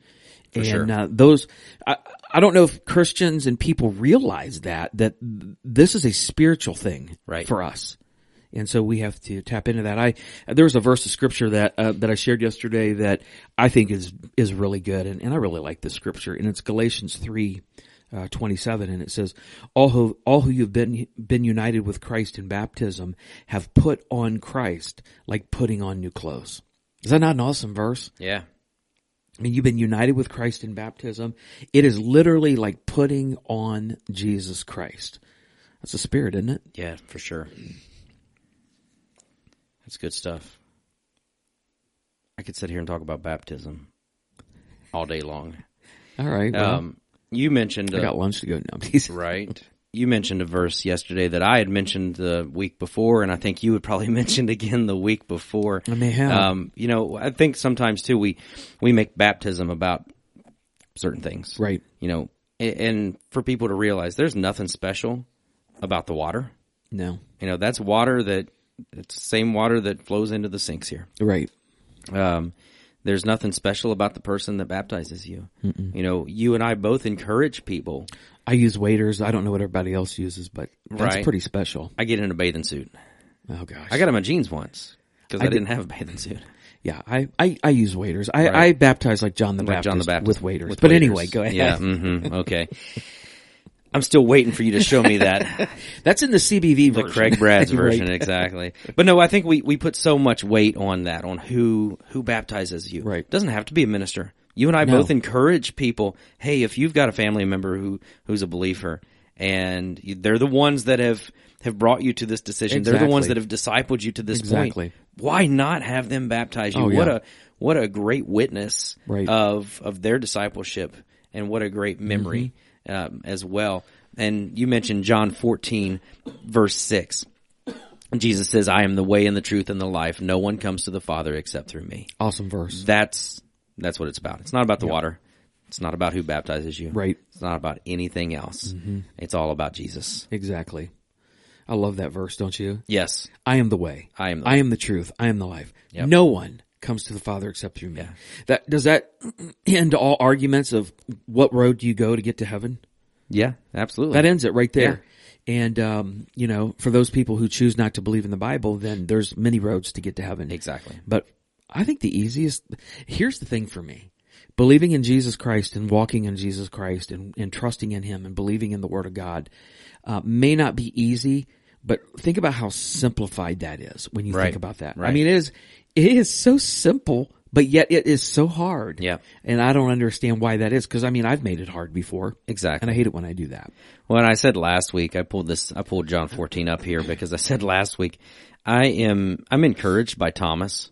S2: and
S1: sure.
S2: uh, those, I, I don't know if Christians and people realize that, that th- this is a spiritual thing
S1: Right.
S2: for us. And so we have to tap into that. I, there was a verse of scripture that, uh, that I shared yesterday that I think is, is really good. And, and I really like this scripture and it's Galatians 3, uh, 27 and it says, all who, all who you've been, been united with Christ in baptism have put on Christ like putting on new clothes. Is that not an awesome verse?
S1: Yeah.
S2: I mean, you've been united with Christ in baptism. It is literally like putting on Jesus Christ. That's the spirit, isn't it?
S1: Yeah, for sure. That's good stuff. I could sit here and talk about baptism all day long.
S2: All right. Well,
S1: Um, you mentioned
S2: I
S1: uh,
S2: got lunch to go. No, I'm teasing.
S1: right. You mentioned a verse yesterday that I had mentioned the week before, and I think you had probably mentioned again the week before.
S2: I may have.
S1: Um, you know, I think sometimes too we we make baptism about certain things,
S2: Right.
S1: You know, and, and for people to realize there's nothing special about the water.
S2: No.
S1: You know, that's water that it's the same water that flows into the sinks here.
S2: Right.
S1: Um, there's nothing special about the person that baptizes you. You know, you and I both encourage people.
S2: I use waders. I don't know what everybody else uses, but that's
S1: Right.
S2: pretty special.
S1: I get in a bathing suit.
S2: Oh gosh.
S1: I got in my jeans once because I, didn't have a bathing suit.
S2: yeah. I, I, I use waders. I, I baptize like John the Baptist,
S1: John the Baptist
S2: with waders. but
S1: waders.
S2: anyway, go ahead.
S1: Yeah. hmm okay. I'm still waiting for you to show me that
S2: That's in the CBV version.
S1: Craig Brad's
S2: Right.
S1: version exactly. But no, I think we we put so much weight on that on who who baptizes you.
S2: Right.
S1: Doesn't have to be a minister. You and I both encourage people. Hey, if you've got a family member who who's a believer and you, they're the ones that have have brought you to this decision, they're the ones that have
S2: Exactly.
S1: discipled you to this
S2: Exactly.
S1: point. Why not have them baptize you?
S2: Oh,
S1: What
S2: yeah.
S1: a what a great witness
S2: Right.
S1: of of their discipleship and what a great memory um, as well. And you mentioned John 14 verse 6. Jesus says, I am the way and the truth and the life. No one comes to the Father except through me.
S2: Awesome verse.
S1: That's, that's what it's about. It's not about the water. It's not about who baptizes you.
S2: Right.
S1: It's not about anything else. It's all about Jesus.
S2: Exactly. I love that verse, don't you?
S1: Yes.
S2: I am the way.
S1: I am the
S2: I am the truth. I am the life. No one comes to the Father except through me. That does that end all arguments of what road do you go to get to heaven?
S1: Yeah, absolutely.
S2: That ends it right there. And um, you know, for those people who choose not to believe in the Bible, then there's many roads to get to heaven.
S1: Exactly.
S2: But I think the easiest here's the thing for me. Believing in Jesus Christ and walking in Jesus Christ and, and trusting in Him and believing in the Word of God uh, may not be easy, but think about how simplified that is when you
S1: Right.
S2: think about that. I
S1: Right.
S2: mean, it is it is so simple, but yet it is so hard.
S1: Yeah.
S2: and I don't understand why that is because I mean I've made it hard before,
S1: Exactly.
S2: and I hate it when I do that.
S1: Well, and I said last week, I pulled this, I pulled John 14 up here because I said last week, I am, I'm encouraged by Thomas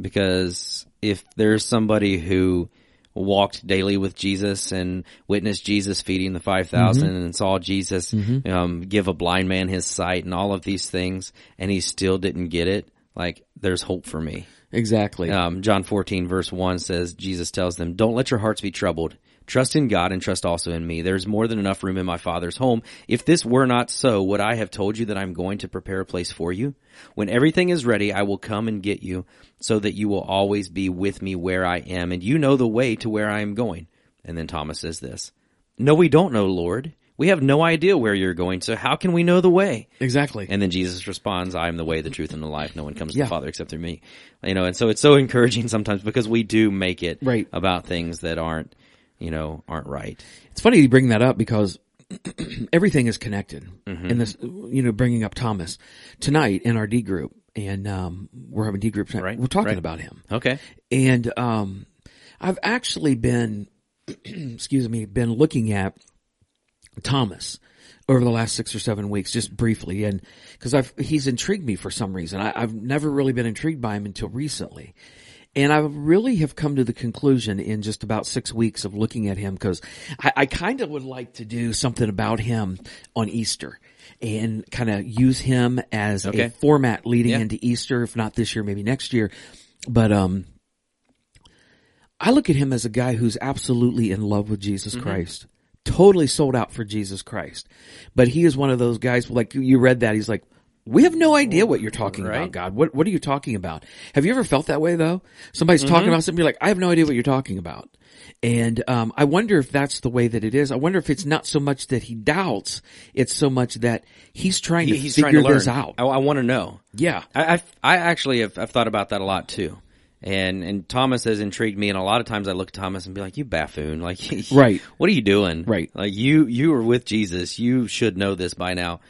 S1: because if there's somebody who walked daily with Jesus and witnessed Jesus feeding the 5,000 and saw Jesus um, give a blind man his sight and all of these things and he still didn't get it, like there's hope for me.
S2: Exactly.
S1: Um, John 14 verse 1 says, Jesus tells them, don't let your hearts be troubled. Trust in God and trust also in me. There's more than enough room in my father's home. If this were not so, would I have told you that I'm going to prepare a place for you? When everything is ready, I will come and get you so that you will always be with me where I am and you know the way to where I am going. And then Thomas says this, no, we don't know, Lord. We have no idea where you're going, so how can we know the way?
S2: Exactly.
S1: And then Jesus responds, I am the way, the truth, and the life. No one comes to
S2: Yeah.
S1: the Father except through me. You know, and so it's so encouraging sometimes because we do make it
S2: Right.
S1: about things that aren't, you know, aren't right.
S2: It's funny you bring that up because everything is connected.
S1: Mm-hmm.
S2: And this, you know, bringing up Thomas tonight in our D group, and um, we're having D group tonight.
S1: Right,
S2: We're talking
S1: right.
S2: about him,
S1: Okay.
S2: and um, I've actually been, excuse me, been looking at Thomas over the last six or seven weeks, just briefly, and because I've he's intrigued me for some reason. I, I've never really been intrigued by him until recently, and I really have come to the conclusion in just about six weeks of looking at him because I, I kind of would like to do something about him on Easter. And kind of use him as a
S1: Okay.
S2: format leading
S1: Yeah.
S2: into Easter, if not this year, maybe next year. But um, I look at him as a guy who's absolutely in love with Jesus
S1: Mm-hmm.
S2: Christ, totally sold out for Jesus Christ. But he is one of those guys, like you- you read that, he's like, we have no idea what you're talking about,
S1: Right.
S2: God. What what are you talking about? Have you ever felt that way though? Somebody's
S1: Mm-hmm.
S2: talking about something, you're like, I have no idea what you're talking about. And um, I wonder if that's the way that it is. I wonder if it's not so much that he doubts, it's so much that he's trying to
S1: he's
S2: figure
S1: trying to learn.
S2: this out.
S1: I, I want to know.
S2: yeah.
S1: I, I've, I actually have I've thought about that a lot too. And, and Thomas has intrigued me. And a lot of times I look at Thomas and be like, you buffoon. Like,
S2: Right.
S1: what are you doing?
S2: Right.
S1: Like you, you are with Jesus. You should know this by now.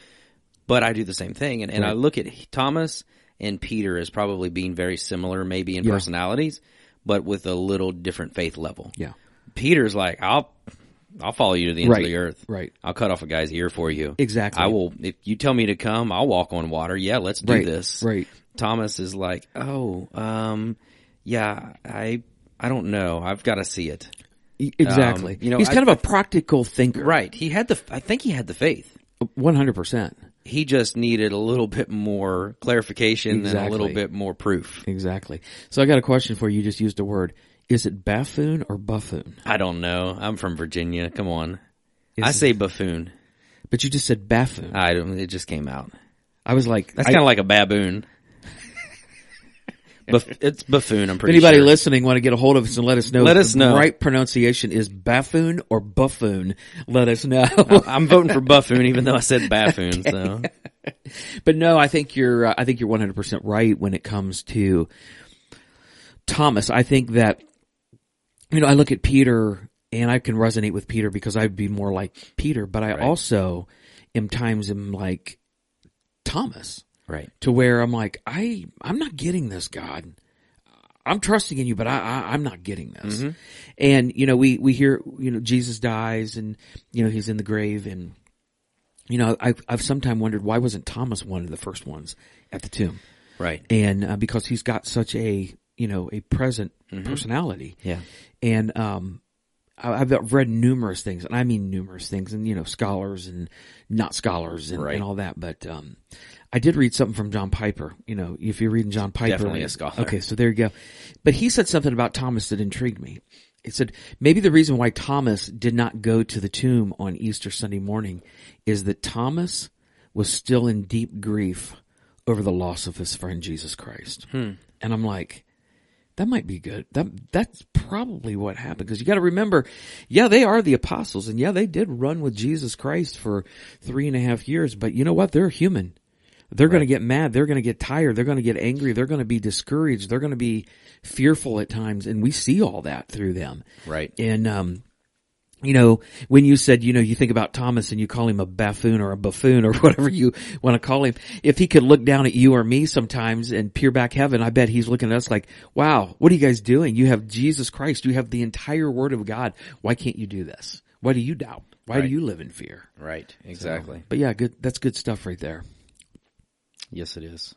S1: But I do the same thing. And, and I look at Thomas and Peter as probably being very similar, maybe in personalities, but with a little different faith level.
S2: Yeah.
S1: Peter's like, I'll, I'll follow you to the ends
S2: Right.
S1: of the earth.
S2: Right.
S1: I'll cut off a guy's ear for you.
S2: Exactly.
S1: I will, if you tell me to come, I'll walk on water. Yeah, let's do
S2: Right.
S1: this.
S2: Right.
S1: Thomas is like, oh, um, yeah, I, I don't know. I've got to see it.
S2: E- Exactly.
S1: Um, you know,
S2: he's
S1: I-
S2: kind of a practical thinker.
S1: Right. He had the, I think he had the faith.
S2: One hundred percent.
S1: He just needed a little bit more clarification and a little
S2: Exactly.
S1: bit more proof.
S2: Exactly. So I got a question for you. You just used a word. Is it buffoon or buffoon?
S1: I don't know. I'm from Virginia. Come on.
S2: Is
S1: I
S2: it-
S1: say buffoon.
S2: But you just said buffoon.
S1: I don't, it just came out.
S2: I was like,
S1: That's
S2: I-
S1: kind of like a baboon. Buff, it's buffoon. I'm pretty
S2: anybody
S1: sure.
S2: listening want to get a hold of us and let us know.
S1: Let
S2: if
S1: us
S2: the
S1: know.
S2: Right pronunciation is buffoon or buffoon. Let us know.
S1: I'm voting for buffoon, even though I said baffoon. So
S2: but no, I think you're. Uh, I think you're 100 percent right when it comes to Thomas. I think that you know I look at Peter and I can resonate with Peter because I'd be more like Peter, but I also am times am like Thomas.
S1: right.
S2: to where I'm like, I I'm not getting this, God. I'm trusting in you, but I, I I'm not getting this. And you know, we we hear you know Jesus dies, and you know he's in the grave, and you know I've I've sometimes wondered why wasn't Thomas one of the first ones at the tomb,
S1: Right.
S2: and uh, because he's got such a you know a present personality,
S1: Yeah.
S2: and um, I, I've read numerous things, and I mean numerous things, and you know, scholars and not scholars and,
S1: Right.
S2: and all that. But um, I did read something from John Piper. You know, if you're reading John Piper,
S1: Definitely a scholar.
S2: Okay, so there you go. But he said something about Thomas that intrigued me. He said maybe the reason why Thomas did not go to the tomb on Easter Sunday morning is that Thomas was still in deep grief over the loss of his friend Jesus Christ.
S1: Hmm.
S2: And I'm like, that might be good. That that's probably what happened because you got to remember, yeah, they are the apostles, and yeah, they did run with Jesus Christ for three and a half years. But you know what? They're human. They're going to get mad. They're going to get tired. They're going to get angry. They're going to be discouraged. They're going to be fearful at times, and we see all that through them.
S1: Right.
S2: And um, you know, when you said, you know, you think about Thomas and you call him a buffoon or a buffoon or whatever you want to call him. If he could look down at you or me sometimes and peer back heaven, I bet he's looking at us like, wow, what are you guys doing? You have Jesus Christ. You have the entire word of God. Why can't you do this? Why do you doubt? Why do
S1: Right.
S2: you live in fear?
S1: Right. Exactly.
S2: But yeah, good. That's good stuff right there.
S1: Yes, it is.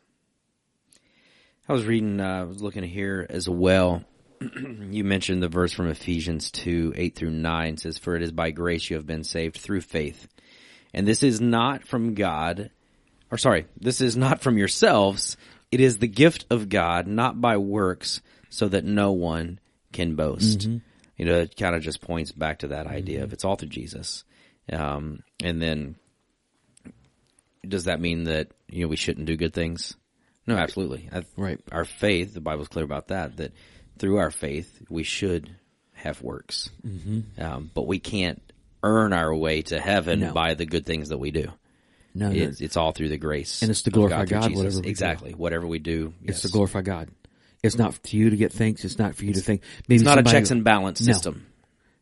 S1: I was reading, uh, I was looking here as well. you mentioned the verse from Ephesians 2, 8 through 9 says, For it is by grace you have been saved through faith. And this is not from God, or sorry, this is not from yourselves. It is the gift of God, not by works, so that no one can boast.
S2: Mm-hmm.
S1: You know, it kind of just points back to that idea of it's all through Jesus. Um, and then does that mean that you know we shouldn't do good things? No, absolutely. I,
S2: Right.
S1: Our faith, the Bible's clear about that. That through our faith, we should have works, mm-hmm. um, but we can't earn our way to heaven
S2: No.
S1: by the good things that we do.
S2: No, no,
S1: It's, it's all through the grace,
S2: And it's to
S1: of God
S2: glorify
S1: through
S2: God,
S1: Jesus.
S2: whatever we do.
S1: exactly whatever we do,
S2: it's to
S1: yes.
S2: glorify God. It's not for you to get thanks. It's not for you to think. Maybe
S1: It's not
S2: somebody-
S1: a checks and balance
S2: No.
S1: system.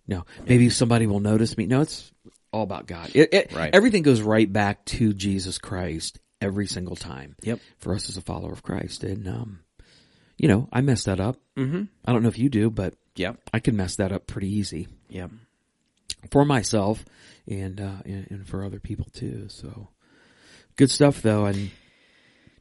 S2: No, maybe somebody will notice me. No, it's all about God. It, it,
S1: Right.
S2: Everything goes right back to Jesus Christ every single time.
S1: Yep.
S2: For us as a follower of Christ, and um, you know, I mess that up. Mm-hmm. I don't know if you do, but
S1: Yep.
S2: I can mess that up pretty easy
S1: Yep.
S2: for myself and uh, and, and for other people too. So good stuff though, and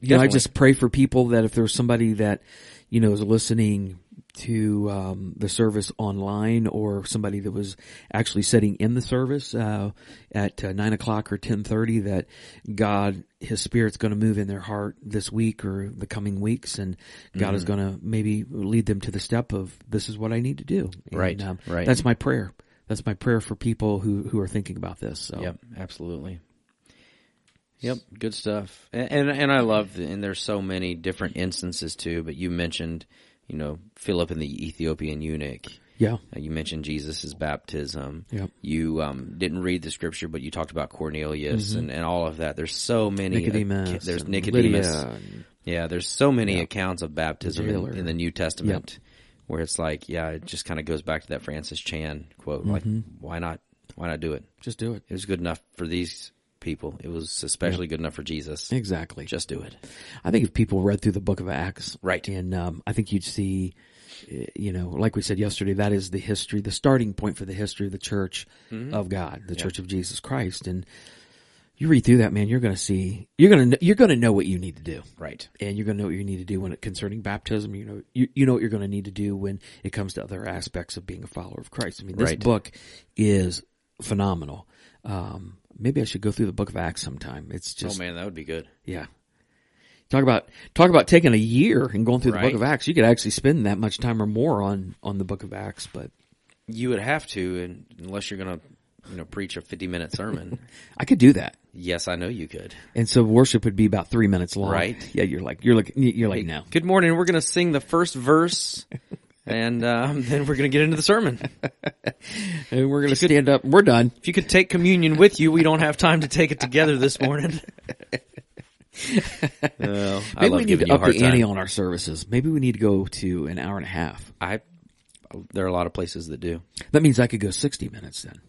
S2: you know, I
S1: Definitely.
S2: just pray for people that if there's somebody that you know is listening to um, the service online or somebody that was actually sitting in the service uh, at uh, nine o'clock or ten thirty, that God, His Spirit's going to move in their heart this week or the coming weeks, and God
S1: Mm.
S2: is going to maybe lead them to the step of this is what I need to do. And, um,
S1: Right, right.
S2: That's my prayer. That's my prayer for people who who are thinking about this. So.
S1: Yep, absolutely. Yep, good stuff. And and, and I love the, and there's so many different instances too, but you mentioned, you know, Philip and the Ethiopian eunuch.
S2: Yeah.
S1: Uh, You mentioned Jesus' baptism.
S2: Yep.
S1: You um, didn't read the scripture, but you talked about Cornelius and, and all of that. There's so many.
S2: Mm-hmm.
S1: uh,
S2: uh, Nicodemus
S1: there's
S2: and
S1: Nicodemus.
S2: Lydia and-
S1: Yeah, there's so many accounts of baptism
S2: Jailer.
S1: in, in the New Testament where it's like, yeah, it just kind of goes back to that Francis Chan quote. Like, why not? Why not do it?
S2: Just do it.
S1: It was good enough for these people. It was especially good enough for Jesus.
S2: Exactly.
S1: Just do it.
S2: I think if people read through the book of Acts,
S1: Right.
S2: and um, I think you'd see, eh, you know, like we said yesterday, that is the history, the starting point for the history of the Church
S1: Mm-hmm.
S2: of God, the Church of Jesus Christ, and you read through that, man, you're going to see, you're going to, you're going to know what you need to do.
S1: Right.
S2: and you're going to know what you need to do when it concerning baptism. You know, you, you know what you're going to need to do when it comes to other aspects of being a follower of Christ. I mean, this
S1: Right.
S2: book is phenomenal. Um, maybe I should go through the book of Acts sometime. It's
S1: Oh
S2: just,
S1: man, that would be good.
S2: yeah. Talk about, talk about taking a year and going through the
S1: Right.
S2: book of Acts. You could actually spend that much time or more on, on the book of Acts, but
S1: You would have to, and unless you're going to, you know, preach a 50 minute sermon.
S2: I could do that.
S1: yes, I know you could.
S2: And so worship would be about three minutes long.
S1: Right.
S2: Yeah. You're like, you're like, you're like, no.
S1: Good morning. We're going to sing the first verse, and um, then we're going to get into the sermon.
S2: And we're going to stand up. We're done.
S1: If you could take communion with you, we don't have time to take it together this morning. Well, I
S2: Maybe
S1: love
S2: we need
S1: giving
S2: to
S1: you a
S2: up
S1: hard
S2: the ante
S1: time.
S2: on our services. Maybe we need to go to an hour and a half.
S1: I, there are a lot of places that do.
S2: That means I could go sixty minutes then.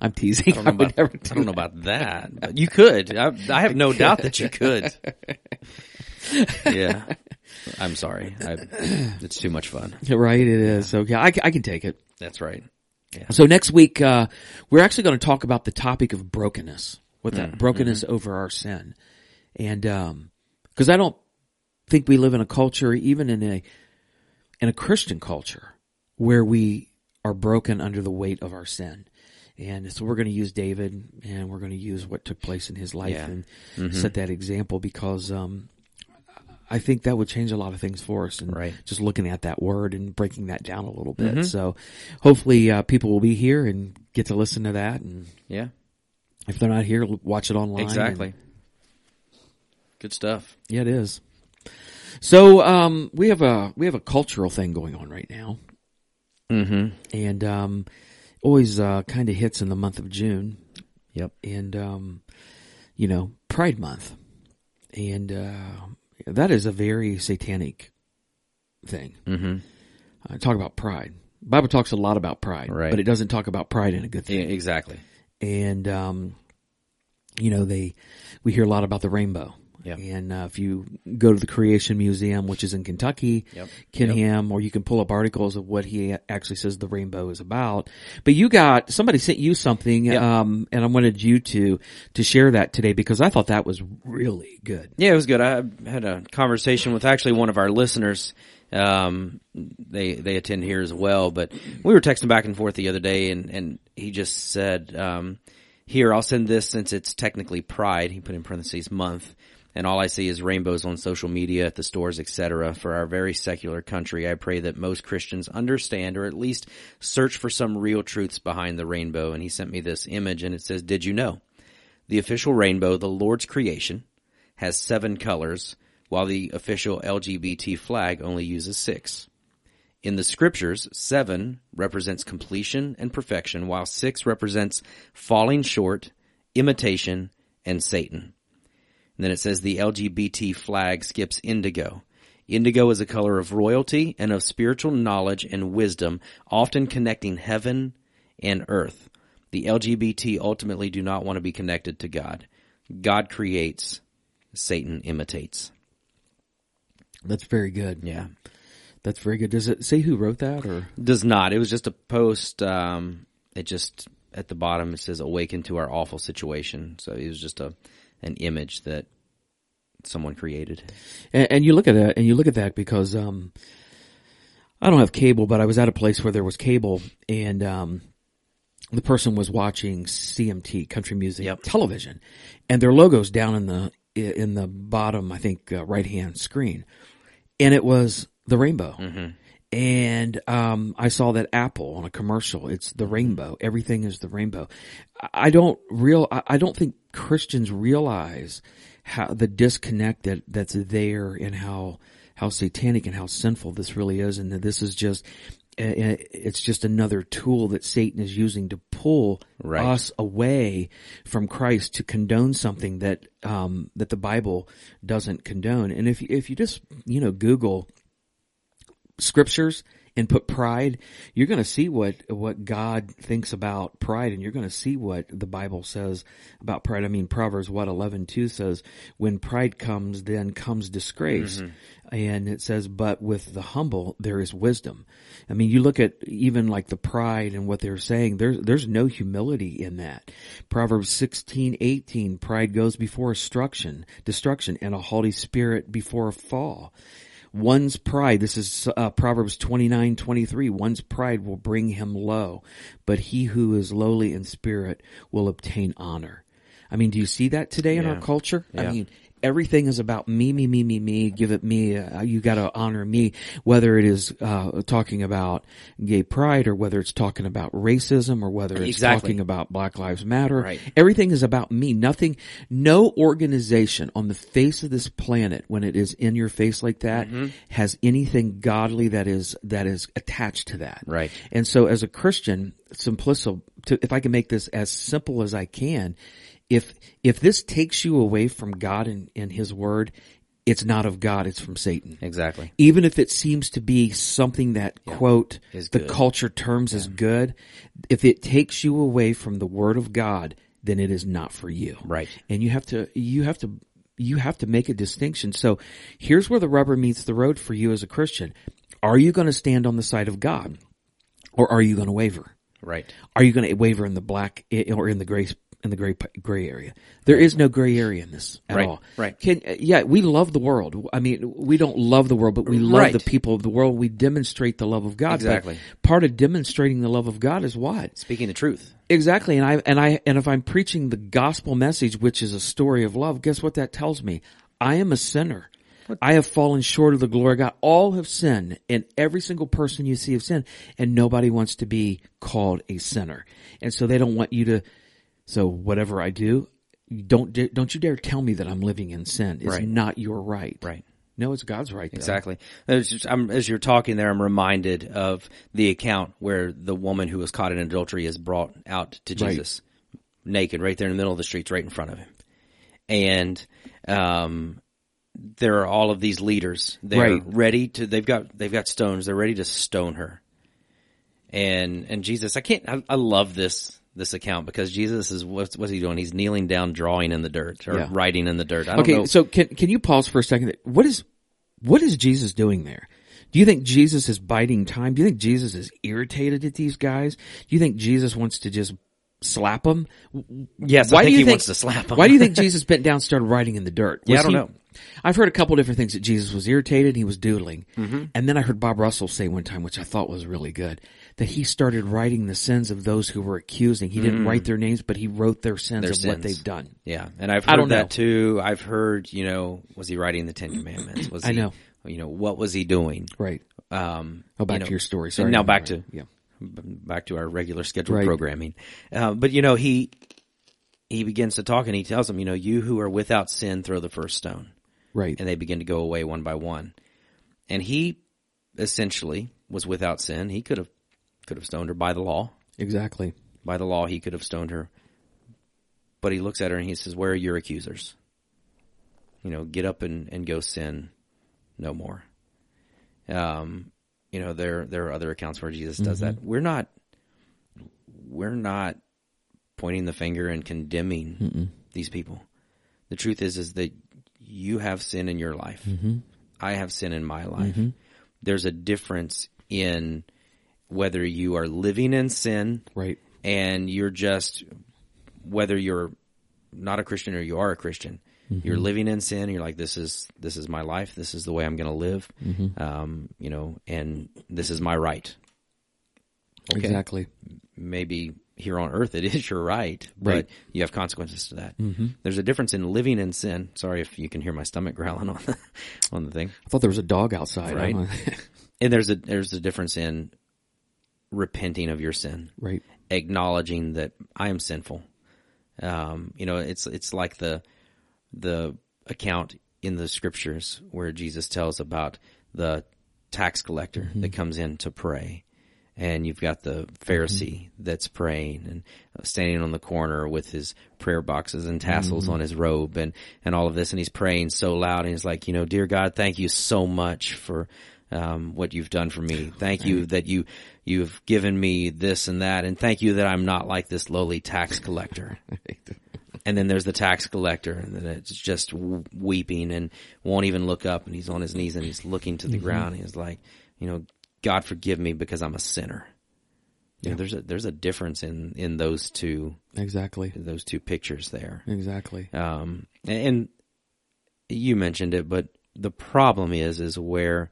S2: I'm teasing. I,
S1: I don't know
S2: would
S1: about,
S2: never
S1: I
S2: do
S1: don't know about that. But you could. I, I have no doubt that you could. Yeah. I'm sorry. I, it's too much fun.
S2: that. Right? It is. So yeah, I, c- I can take it.
S1: That's right.
S2: So next week, uh, we're actually going to talk about the topic of brokenness. What that brokenness over our sin, and um, because I don't think we live in a culture, even in a in a Christian culture, where we are broken under the weight of our sin. And so we're going to use David and we're going to use what took place in his life
S1: Yeah.
S2: and set that example because, um, I think that would change a lot of things for us and
S1: Right. Mm-hmm.
S2: just looking at that word and breaking that down a little bit. So hopefully, uh, people will be here and get to listen to that. And
S1: Yeah.
S2: if they're not here, l- watch it online. and-
S1: Exactly. Good stuff.
S2: yeah, it is. So um, we have a we have a cultural thing going on right now, mm-hmm. and um, always uh, kind of hits in the month of June,
S1: Yep.
S2: and um, you know Pride Month, and uh, that is a very satanic thing. Mm-hmm. Uh, talk about pride. Bible talks a lot about pride,
S1: Right.
S2: but it doesn't talk about pride in a good thing.
S1: Yeah, exactly.
S2: And um, you know they we hear a lot about the rainbow.
S1: Yeah.
S2: And uh, if you go to the Creation Museum, which is in Kentucky,
S1: Yep.
S2: Kinham, or you can pull up articles of what he a- actually says the rainbow is about. But you got somebody sent you something, um, and I wanted you to to share that today because I thought that was really good.
S1: Yeah, it was good. I had a conversation with actually one of our listeners. Um, they they attend here as well, but we were texting back and forth the other day, and and he just said, um, "Here, I'll send this since it's technically Pride." He put in parentheses month, and all I see is rainbows on social media, at the stores, etc. For our very secular country, I pray that most Christians understand, or at least search for some real truths behind the rainbow. And he sent me this image, and it says, "Did you know?" The official rainbow, the Lord's creation, has seven colors, while the official LGBT flag only uses six. In the scriptures, seven represents completion and perfection, while six represents falling short, imitation, and Satan. And then it says the LGBT flag skips indigo. Indigo is a color of royalty and of spiritual knowledge and wisdom, often connecting heaven and earth. The LGBT ultimately do not want to be connected to God. God creates, Satan imitates.
S2: That's very good.
S1: Yeah.
S2: That's very good. Does it say who wrote that or?
S1: Does not. It was just a post. Um, it just at the bottom it says "Awaken to our awful situation." So it was just a an image that someone created.
S2: And, and you look at that, and you look at that because um, I don't have cable, but I was at a place where there was cable, and um, the person was watching CMT Country Music
S1: Yep.
S2: Television, and their logo's down in the in the bottom, I think, uh, right hand screen, and it was the rainbow. And um, I saw that Apple on a commercial. It's the rainbow. Everything is the rainbow. I- I don't real. I I don't think Christians realize how the disconnect that that's there and how how satanic and how sinful this really is, and that this is just uh, uh, it's just another tool that Satan is using to pull
S1: Right.
S2: us away from Christ to condone something that um, that the Bible doesn't condone. And if if you just you know Google scriptures and put pride, you're going to see what, what God thinks about pride and you're going to see what the Bible says about pride. I mean, Proverbs, what, 11, 2 says, when pride comes, then comes disgrace. And it says, but with the humble, there is wisdom. I mean, you look at even like the pride and what they're saying, there's, there's no humility in that. Proverbs 16, 18, pride goes before destruction, destruction and a haughty spirit before a fall. One's pride, this is uh, Proverbs twenty nine twenty three. one's pride will bring him low, but he who is lowly in spirit will obtain honor. I mean, do you see that today in our
S1: Yeah.
S2: culture? I
S1: Yeah.
S2: mean, everything is about me, me, me, me, me, give it me, uh, you gotta honor me, whether it is, uh, talking about gay pride or whether it's talking about racism or whether it's
S1: Exactly.
S2: talking about Black Lives Matter.
S1: Right.
S2: Everything is about me. Nothing, no organization on the face of this planet when it is in your face like that
S1: Mm-hmm.
S2: has anything godly that is, that is attached to that.
S1: Right.
S2: And so as a Christian, simplicity, to, if I can make this as simple as I can, if, if this takes you away from God and, and His Word, it's not of God, it's from Satan
S1: Exactly.
S2: even if it seems to be something that quote
S1: Is
S2: the
S1: good.
S2: culture terms as good, if it takes you away from the word of God, then it is not for you.
S1: Right.
S2: And you have to you have to you have to make a distinction. So here's where the rubber meets the road for you as a Christian. Are you going to stand on the side of God or are you going to waver?
S1: Right.
S2: Are you going to waver in the black i- or in the gray sp- in the gray p- gray area? There is no gray area in this at
S1: Right,
S2: all.
S1: right.
S2: Can uh, yeah, we love the world. I mean, we don't love the world, but we love
S1: Right.
S2: the people of the world. We demonstrate the love of God. But
S1: Exactly.
S2: part of demonstrating the love of God is what?
S1: Speaking the truth.
S2: Exactly. And I, and I, and if I'm preaching the gospel message, which is a story of love, guess what that tells me? I am a sinner. I have fallen short of the glory of God. All have sinned and every single person you see have sinned and nobody wants to be called a sinner. And so they don't want you to, so whatever I do, don't, da- don't you dare tell me that I'm living in sin. It's
S1: Right.
S2: not your right.
S1: Right.
S2: No, it's God's right. though.
S1: Exactly. As, just- I'm- as you're talking there, I'm reminded of the account where the woman who was caught in adultery is brought out to
S2: Right.
S1: Jesus naked, right there in the middle of the streets, right in front of him. And um, there are all of these leaders. They're
S2: Right.
S1: ready to. They've got they've got stones. They're ready to stone her. And and Jesus, I can't. I, I love this this account because Jesus is what's what's he doing? He's kneeling down, drawing in the dirt or
S2: Yeah.
S1: writing in the dirt. I don't
S2: Okay,
S1: know.
S2: so can can you pause for a second? What is what is Jesus doing there? Do you think Jesus is biding time? Do you think Jesus is irritated at these guys? Do you think Jesus wants to just slap them?
S1: yes, I think he wants to slap him.
S2: Why do you think Jesus bent down, and started writing in the dirt?
S1: Yeah, I don't
S2: Was he-
S1: know.
S2: I've heard a couple different things that Jesus was irritated. He was doodling,
S1: Mm-hmm.
S2: and then I heard Bob Russell say one time, which I thought was really good, that he started writing the sins of those who were accusing. He didn't write their names, but he wrote their sins
S1: Mm. Their
S2: of
S1: sins.
S2: what they've done.
S1: Yeah, and I've
S2: I
S1: heard
S2: don't know.
S1: that too. I've heard, you know, was he writing the Ten Commandments? Was
S2: I
S1: he,
S2: know.
S1: you know, what was he doing?
S2: Right.
S1: Um,
S2: Oh, back
S1: you know,
S2: to your story. Sorry.
S1: now back to
S2: yeah.
S1: back to our regular scheduled
S2: Right.
S1: programming. Uh, but you know, he he begins to talk and he tells them, you know, you who are without sin, throw the first stone,
S2: Right.
S1: and they begin to go away one by one, and he essentially was without sin. He could have could have stoned her by the law.
S2: Exactly.
S1: By the law, he could have stoned her. But he looks at her and he says, "Where are your accusers? You know, get up and, and go sin, no more." Um, you know, there there are other accounts where Jesus does that. We're not we're not pointing the finger and condemning these people. The truth is is that you have sin in your life. I have sin in my life. There's a difference in whether you are living in sin
S2: Right.
S1: and you're just whether you're not a Christian or you are a Christian, you're living in sin. You're like, this is this is my life. This is the way I'm going to live. Um, you know, and this is my right. Okay.
S2: Exactly.
S1: Maybe here on earth it is your right, but
S2: Right.
S1: you have consequences to that. There's a difference in living in sin. Sorry if you can hear my stomach growling on the on the thing.
S2: I thought there was a dog outside.
S1: Right.
S2: I'm, uh,
S1: And there's a there's a difference in repenting of your sin.
S2: right.
S1: acknowledging that I am sinful. Um, you know, it's it's like the the account in the scriptures where Jesus tells about the tax collector that comes in to pray, and you've got the Pharisee that's praying and uh, standing on the corner with his prayer boxes and tassels on his robe and and all of this, and he's praying so loud, and he's like, you know, dear God, thank you so much for um, what you've done for me. Thank you that you you've given me this and that, and thank you that I'm not like this lowly tax collector. and then there's the tax collector, and then it's just w- weeping and won't even look up, and he's on his knees and he's looking to the ground. And he's like, you know, God forgive me because I'm a sinner. You know, there's a there's a difference in in those two
S2: Exactly.
S1: those two pictures there.
S2: Exactly.
S1: Um, and and you mentioned it, but the problem is, is where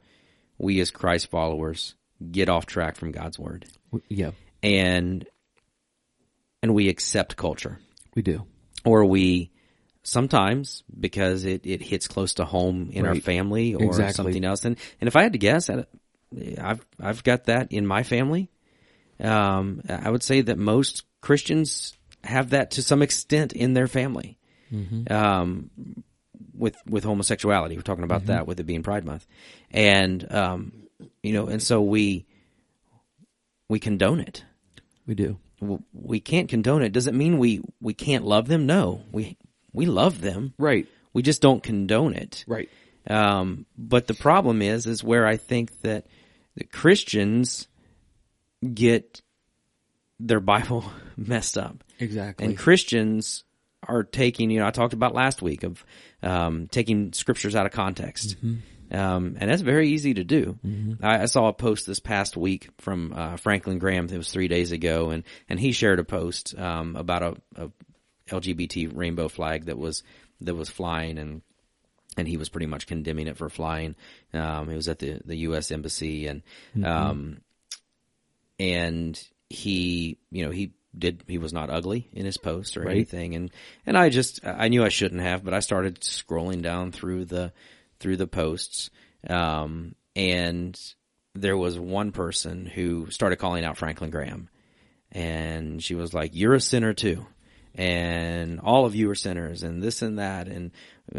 S1: we as Christ followers get off track from God's word
S2: W- Yeah,
S1: and, and we accept culture
S2: we do.
S1: or we sometimes because it, it hits close to home in our
S2: Right.
S1: family or
S2: Exactly.
S1: something else. And, and if I had to guess, I- I've, I've got that in my family. Um, I would say that most Christians have that to some extent in their family.
S2: Mm-hmm.
S1: Um, with, with homosexuality, we're talking about
S2: Mm-hmm.
S1: that with it being Pride Month. And, um, you know, and so we, we condone it
S2: We do.
S1: w- we can't condone it doesn't mean we we can't love them no we we love them
S2: Right.
S1: we just don't condone it
S2: Right.
S1: um but the problem is is where i think that the christians get their bible messed up
S2: Exactly.
S1: and Christians are taking, you know, I talked about last week of um, taking scriptures out of context. Um, and that's very easy to do. I, I saw a post this past week from uh, Franklin Graham. It was three days ago, and and he shared a post um, about a, a LGBT rainbow flag that was that was flying, and and he was pretty much condemning it for flying. Um, it was at the the U.S. embassy, and um, and he, you know, he did, he was not ugly in his post or anything. And, and I just, I knew I shouldn't have, but I started scrolling down through the, through the posts. Um, and there was one person who started calling out Franklin Graham and she was like, you're a sinner too. And all of you are sinners and this and that. And,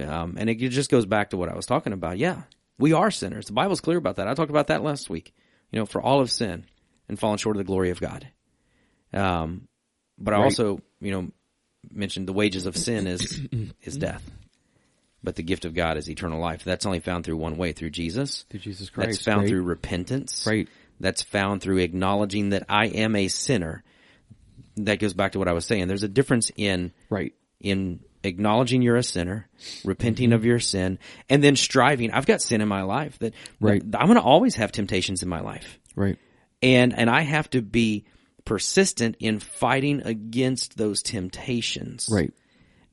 S1: um, and it just goes back to what I was talking about. Yeah, we are sinners. The Bible's clear about that. I talked about that last week, you know, for all of sin and fallen short of the glory of God. Um, but I also, you know, mentioned the wages of sin is, is death, but the gift of God is eternal life. That's only found through one way, through Jesus.
S2: Through Jesus
S1: That's
S2: Christ,
S1: found
S2: right?
S1: through repentance.
S2: Right.
S1: That's found through acknowledging that I am a sinner. That goes back to what I was saying. There's a difference in
S2: right.
S1: in acknowledging you're a sinner,
S2: Mm-hmm.
S1: repenting of your sin, and then striving. I've got sin in my life that
S2: Right.
S1: that I'm going to always have temptations in my life.
S2: Right.
S1: And and I have to be persistent in fighting against those temptations
S2: Right.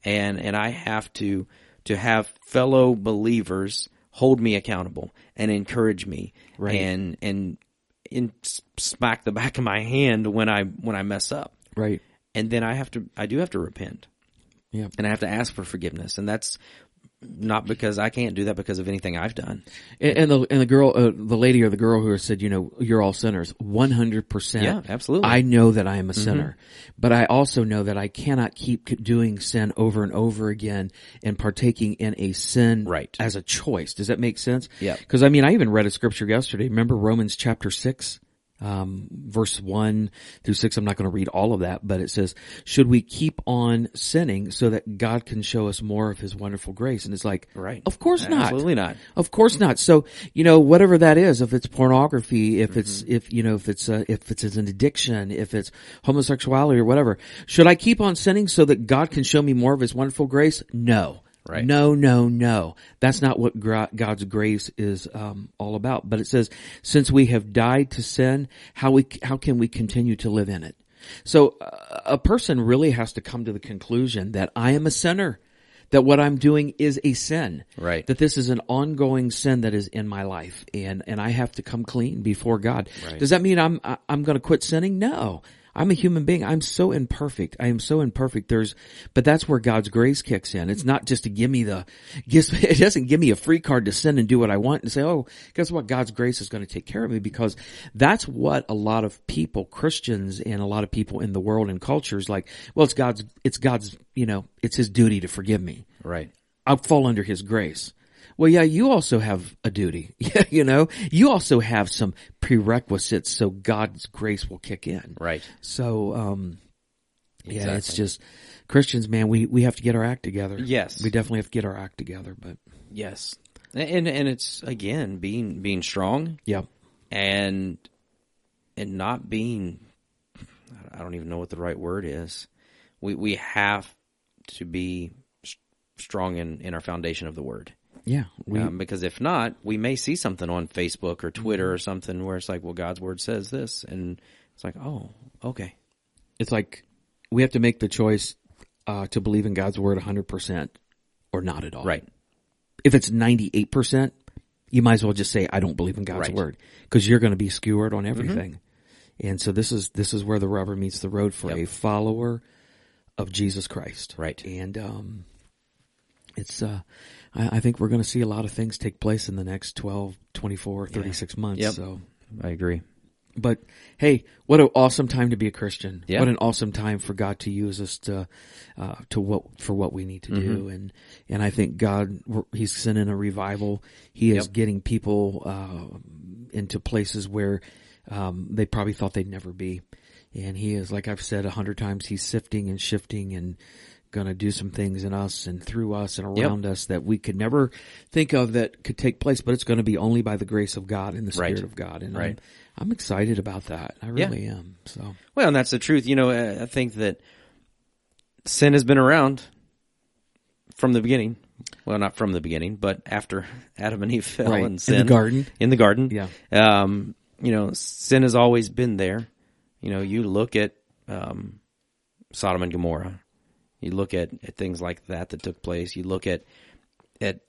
S1: and and I have to to have fellow believers hold me accountable and encourage me
S2: Right.
S1: and and in, smack the back of my hand when I when I mess up
S2: Right.
S1: and then I have to I do have to repent
S2: Yeah.
S1: and I have to ask for forgiveness and that's not because I can't do that because of anything I've done.
S2: And, and the and the girl, uh, the lady or the girl who said, you know, you're all sinners. One hundred
S1: Yeah,
S2: percent.
S1: absolutely. Mm-hmm.
S2: I know that I am a sinner, but I also know that I cannot keep doing sin over and over again and partaking in a sin
S1: Right.
S2: as a choice. Does that make sense?
S1: Yep.
S2: Because I mean, I even read a scripture yesterday. Remember Romans chapter six, um, verse one through six. I'm not going to read all of that, but it says, "Should we keep on sinning so that God can show us more of His wonderful grace?" And it's like,
S1: Right.
S2: Of course not.
S1: Absolutely not.
S2: Of course not. So you know, whatever that is, if it's pornography, if it's if you know if it's uh, if it's an addiction, if it's homosexuality or whatever, should I keep on sinning so that God can show me more of His wonderful grace? No.
S1: Right.
S2: No, no, no. That's not what gra- God's grace is um, all about. But it says, since we have died to sin, how we how can we continue to live in it? So uh, a person really has to come to the conclusion that I am a sinner, that what I'm doing is a sin,
S1: Right.
S2: That this is an ongoing sin that is in my life, and and I have to come clean before God. Does that mean I'm I- I'm going to quit sinning? No. I'm a human being. I'm so imperfect. I am so imperfect. There's, but that's where God's grace kicks in. It's not just to give me the, gives, it doesn't give me a free card to sin and do what I want and say, oh, guess what? God's grace is going to take care of me because that's what a lot of people, Christians and a lot of people in the world and cultures like, well, it's God's, it's God's, you know, it's his duty to forgive me.
S1: Right.
S2: I fall under his grace. Well, yeah, you also have a duty. Yeah, you know, you also have some prerequisites so God's grace will kick in.
S1: Right.
S2: So, um, yeah, it's just Christians, man, we, we have to get our act together.
S1: Yes.
S2: We definitely have to get our act together, but
S1: Yes. And and it's again being being strong
S2: yeah.
S1: and and not being I don't even know what the right word is. We we have to be s- strong in in our foundation of the word.
S2: Yeah. We,
S1: um, because if not, we may see something on Facebook or Twitter or something where it's like, well, God's word says this, and it's like, oh, okay,
S2: it's like we have to make the choice, uh, to believe in God's word 100% or not at all.
S1: right,
S2: if it's 98%, you might as well just say, I don't believe in God's
S1: Right. Mm-hmm.
S2: word because you're going to be skewered on everything. And so this is, this is where the rubber meets the road for a follower of Jesus Christ.
S1: Right.
S2: And, um, it's, uh, I, I think we're going to see a lot of things take place in the next 12, 24, 36 months.
S1: Yep.
S2: So,
S1: I agree.
S2: but hey, what an awesome time to be a Christian!
S1: Yeah.
S2: What an awesome time for God to use us to, uh, to what for what we need to
S1: Mm-hmm.
S2: do, and and I think God we're- He's sending a revival. He is getting people uh, into places where um, they probably thought they'd never be, and He is like I've said a hundred times, He's sifting and shifting and going to do some things in us and through us and around us that we could never think of that could take place, but it's going to be only by the grace of God and the
S1: Right.
S2: Spirit of God, and
S1: Right.
S2: I'm, I'm excited about that. I really am. So
S1: Well, and that's the truth. You know, I I think that sin has been around from the beginning. Well, not from the beginning, but after Adam and Eve fell
S2: Right. In
S1: and
S2: the
S1: sin
S2: garden.
S1: In the garden,
S2: Yeah.
S1: Um, you know, sin has always been there. You know, you look at um, Sodom and Gomorrah. You look at, at things like that that took place. You look at at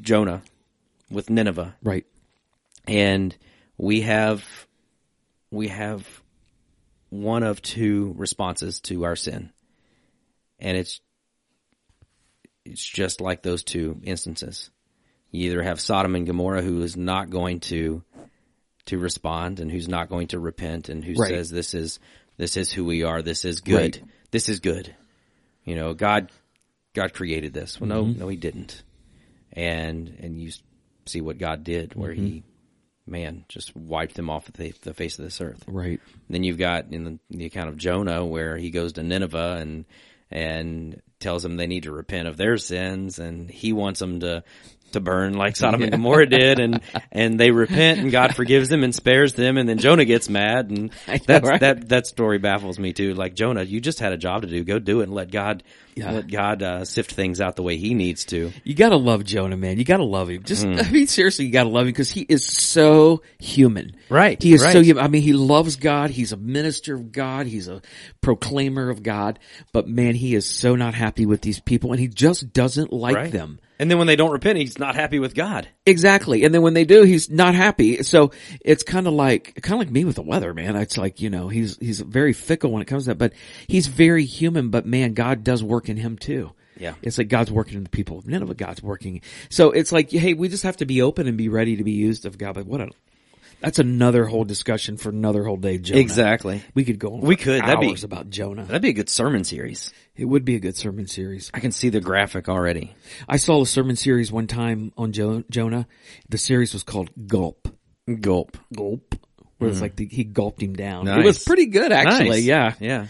S1: Jonah with Nineveh
S2: right,
S1: and we have we have one of two responses to our sin and it's it's just like those two instances you either have Sodom and Gomorrah who is not going to to respond and who's not going to repent and who
S2: Right.
S1: says this is this is who we are this is good
S2: Right.
S1: this is good you know god god created this well no no he didn't and and you s- see what god did where he man just wiped them off the, the face of this earth
S2: right,
S1: then you've got in the, the account of Jonah where he goes to Nineveh and and tells them they need to repent of their sins, and he wants them to to burn like Sodom and Gomorrah did, and and they repent, and God forgives them and spares them, and then Jonah gets mad, and
S2: know,
S1: that's,
S2: right?
S1: that that story baffles me too. Like Jonah, you just had a job to do, go do it, and let God
S2: Yeah.
S1: let God uh, sift things out the way He needs to.
S2: You gotta love Jonah, man. You gotta love him. Just, I mean, seriously, you gotta love him because he is so human.
S1: Right,
S2: He is so
S1: right.
S2: human. I mean, he loves God. He's a minister of God. He's a proclaimer of God. But man, he is so not happy with these people and he just doesn't like
S1: Right.
S2: them.
S1: And then when they don't repent, he's not happy with God.
S2: Exactly. And then when they do, he's not happy. So it's kind of like, kind of like me with the weather, man. It's like, you know, he's, he's very fickle when it comes to that, but he's very human, but man, God does work in him too.
S1: Yeah.
S2: It's like God's working in the people of Nineveh. God's working. So it's like, hey, we just have to be open and be ready to be used of God. But what a, that's another whole discussion for another whole day, Jonah.
S1: Exactly.
S2: We could go on
S1: We
S2: for
S1: could.
S2: hours
S1: That'd be-
S2: about Jonah.
S1: That'd be a good sermon series.
S2: It would be a good sermon series.
S1: I can see the graphic already.
S2: I saw a sermon series one time on jo- Jonah. The series was called Gulp.
S1: Gulp.
S2: Gulp. Where it's like the, he gulped him down. It
S1: Nice.
S2: was pretty good actually.
S1: Nice.
S2: Yeah.
S1: Yeah.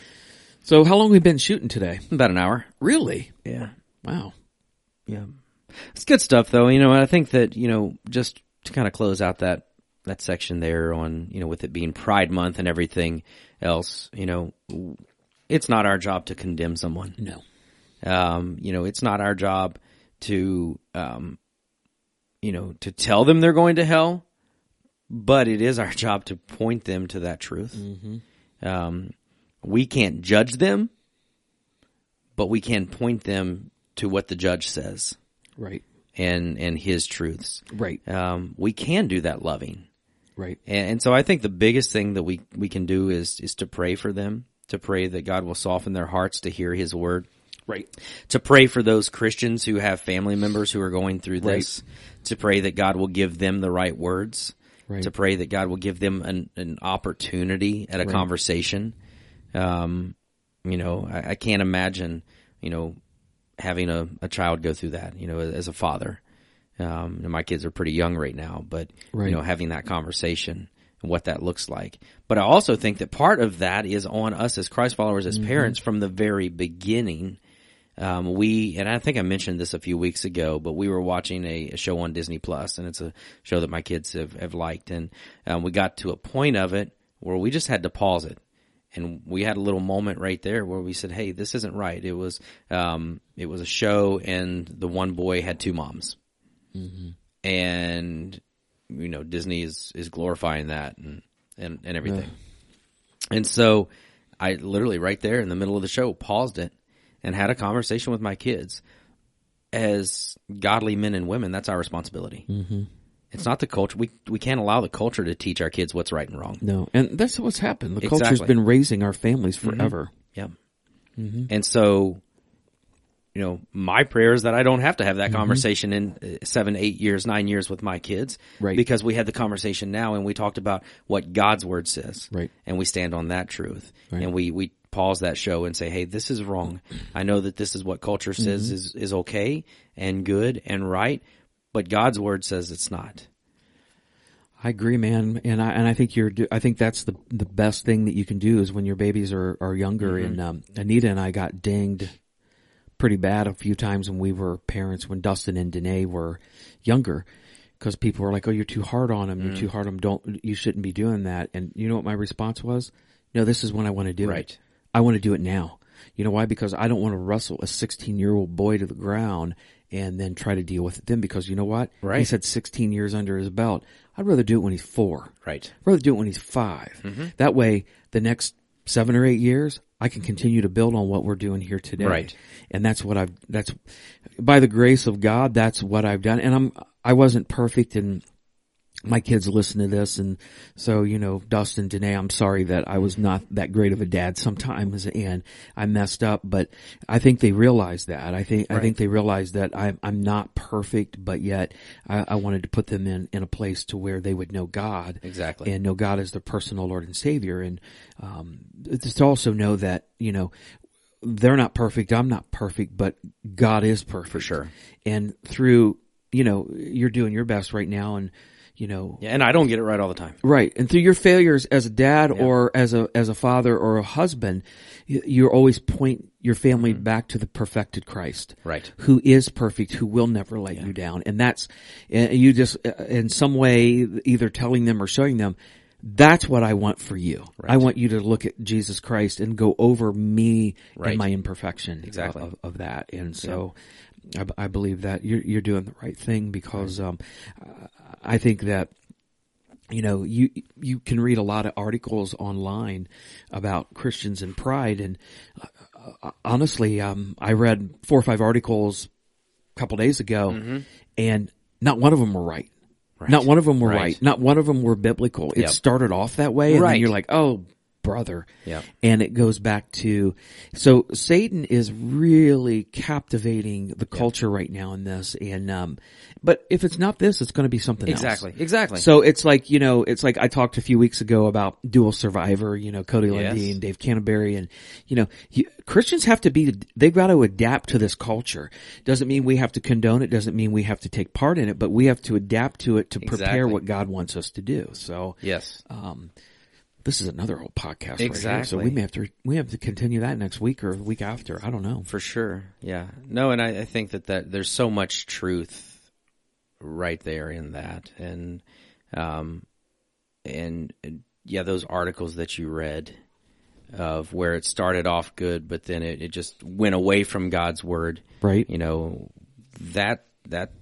S2: So how long we been shooting today?
S1: About an hour.
S2: Really?
S1: Yeah.
S2: Wow.
S1: Yeah. It's good stuff though. You know, and I think that, you know, just to kind of close out that, that section there on, you know, with it being Pride Month and everything else, you know, it's not our job to condemn someone.
S2: No.
S1: Um, you know, it's not our job to, um, you know, to tell them they're going to hell, but it is our job to point them to that truth. Um, we can't judge them, but we can point them to what the judge says
S2: Right.
S1: and and his truths.
S2: Right.
S1: Um, we can do that loving.
S2: Right.
S1: And, and so I think the biggest thing that we, we can do is, is to pray for them, to pray that God will soften their hearts to hear his word
S2: Right.
S1: to pray for those Christians who have family members who are going through this, to pray that God will give them the right words,
S2: Right.
S1: to pray that God will give them an, an opportunity at a conversation. Um, you know, I, I can't imagine, you know, having a, a child go through that, you know, as a father. Um, and my kids are pretty young right now, but,
S2: Right.
S1: you know, having that conversation and what that looks like. But I also think that part of that is on us as Christ followers,
S2: Mm-hmm.
S1: as parents from the very beginning. Um, we, and I think I mentioned this a few weeks ago, but we were watching a, a show on Disney Plus and it's a show that my kids have, have liked. And, um, we got to a point of it where we just had to pause it. And we had a little moment right there where we said, Hey, this isn't right. It was, um, it was a show and the one boy had two moms and you know Disney is is glorifying that and and, and everything. And so I literally right there in the middle of the show paused it and had a conversation with my kids. As godly men and women, that's our responsibility. Mm-hmm. It's not the culture. We we can't allow the culture to teach our kids what's right and wrong.
S2: No. And that's what's happened. The culture's
S1: Exactly.
S2: been raising our families forever.
S1: Yeah.
S2: Mm-hmm.
S1: And so, you know, my prayer is that I don't have to have that
S2: Mm-hmm.
S1: conversation in uh, seven, eight years, nine years with my kids.
S2: Right.
S1: Because we had the conversation now and we talked about what God's word says.
S2: Right.
S1: And we stand on that truth. And we, we pause that show and say, Hey, this is wrong. I know that this is what culture says
S2: Mm-hmm.
S1: is, is okay and good and right, but God's word says it's not.
S2: I agree, man, and I and I think you're. do- I think that's the the best thing that you can do is when your babies are are younger. And um, Anita and I got dinged pretty bad a few times when we were parents when Dustin and Danae were younger because people were like, "Oh, you're too hard on them.
S1: Mm.
S2: You're too hard on them. Don't you shouldn't be doing that." And you know what my response was? No, this is when I want to do
S1: Right.
S2: it. I want to do it now. You know why? Because I don't want to wrestle a 16 year old boy to the ground and then try to deal with it then because you know what?
S1: Right.
S2: He said 16 years under his belt. I'd rather do it when he's four.
S1: Right.
S2: I'd rather do it when he's 5 That way, the next seven or eight years, I can continue to build on what we're doing here today.
S1: Right.
S2: And that's what I've, that's, by the grace of God, that's what I've done. And I'm, I wasn't perfect and my kids listen to this. And so, you know, Dustin, Danae, I'm sorry that I was not that great of a dad sometimes and I messed up, but I think they realize that. I think, I think they realize that I'm, I'm not perfect, but yet I, I wanted to put them in, in a place to where they would know God
S1: Exactly.
S2: and know God as their personal Lord and Savior. And um, it's to also know that you know they're not perfect. I'm not perfect, but God is perfect for
S1: sure.
S2: And through you know you're doing your best right now, and you know
S1: Yeah, and I don't get it right all the time.
S2: Right. And through your failures as a dad or as a, as a father or a husband, you, you always point your family back to the perfected Christ.
S1: Right.
S2: Who is perfect, who will never let you down. And that's, and you just, uh, in some way, either telling them or showing them, that's what I want for you. I want you to look at Jesus Christ and go over me
S1: Right.
S2: and my imperfection
S1: Exactly.
S2: of, of that. And so I b I I, believe that you're, you're doing the right thing because, um, I I think that you know, you you can read a lot of articles online about Christians and pride, and uh, honestly, um, I read four or five articles a couple days ago, and not one of them were right. Not one of them were right.
S1: Mm-hmm. Right.
S2: Not one of them were biblical. It
S1: Yep.
S2: started off that way, and
S1: Right.
S2: then you're like, oh brother.
S1: Yeah.
S2: And it goes back to, so Satan is really captivating the culture right now in this. And, um, but if it's not this, it's going to be something else.
S1: Exactly. Exactly.
S2: So it's like, you know, it's like I talked a few weeks ago about dual survivor, you know, Cody Lundy
S1: Yes.
S2: and Dave Canterbury and, you know, you, Christians have to be, they've got to adapt to this culture. Doesn't mean we have to condone it. Doesn't mean we have to take part in it, but we have to adapt to it to prepare
S1: Exactly.
S2: what God wants us to do. So
S1: yes.
S2: this is another whole podcast. Right here. So
S1: Exactly.
S2: we may have to, re- we have to continue that next week or the week after. I don't know.
S1: for sure. Yeah. No, and I, I think that, that there's so much truth right there in that. And, um, and and, yeah, those articles that you read of where it started off good, but then it, it just went away from God's word.
S2: Right.
S1: You know, that, that,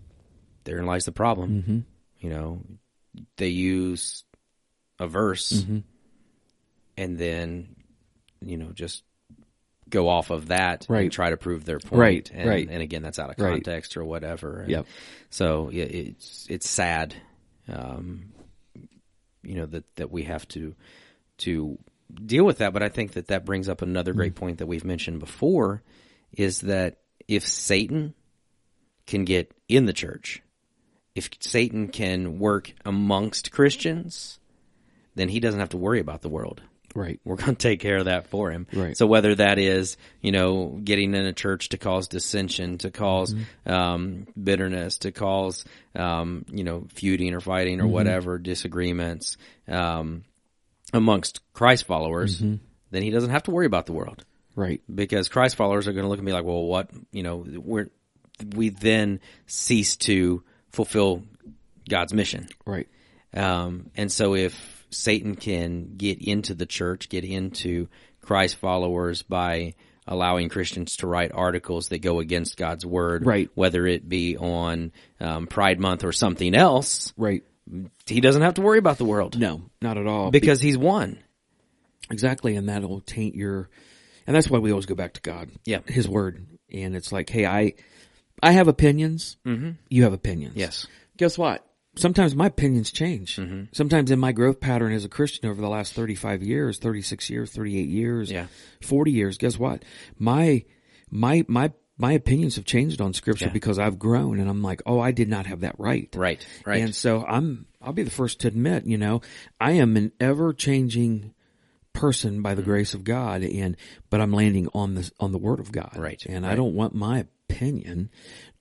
S1: therein lies the problem.
S2: Mm-hmm.
S1: You know, they use a verse
S2: Mm-hmm.
S1: and then, you know, just go off of that
S2: Right.
S1: and try to prove their point.
S2: Right,
S1: And,
S2: right.
S1: and again, that's out of
S2: Right.
S1: context or whatever. And
S2: Yep.
S1: So yeah, it's, it's sad, um, you know, that, that we have to, to deal with that. But I think that that brings up another great point that we've mentioned before is that if Satan can get in the church, if Satan can work amongst Christians, then he doesn't have to worry about the world.
S2: Right.
S1: We're going to take care of that for him.
S2: Right.
S1: So whether that is, you know, getting in a church to cause dissension, to because um, bitterness, to cause, um, you know, feuding or fighting or whatever disagreements um, amongst Christ followers, then he doesn't have to worry about the world
S2: Right.
S1: because Christ followers are going to look at me like, well, what, you know, we're, we then cease to fulfill God's mission.
S2: Right.
S1: Um, and so if Satan can get into the church, get into Christ followers by allowing Christians to write articles that go against God's word,
S2: Right.
S1: whether it be on um, Pride Month or something else,
S2: Right.
S1: he doesn't have to worry about the world
S2: No, not at all.
S1: because he's won.
S2: Exactly, and that'll taint your, and that's why we always go back to God.
S1: Yeah.
S2: His word, and it's like, hey, I, I have opinions. Mm-hmm. You have opinions.
S1: Yes. Mm-hmm.
S2: Guess what? Sometimes my opinions change. Sometimes in my growth pattern as a Christian over the last thirty-five years, thirty-six years, thirty-eight years,
S1: Yeah.
S2: forty years. Guess what? My, my, my, my opinions have changed on Scripture because I've grown, and I'm like, oh, I did not have that right.
S1: Right. Right.
S2: And so I'm, I'll be the first to admit, you know, I am an ever changing person by the
S1: Mm-hmm.
S2: grace of God and, but I'm landing on the, on the word of God.
S1: Right,
S2: And I don't want my opinion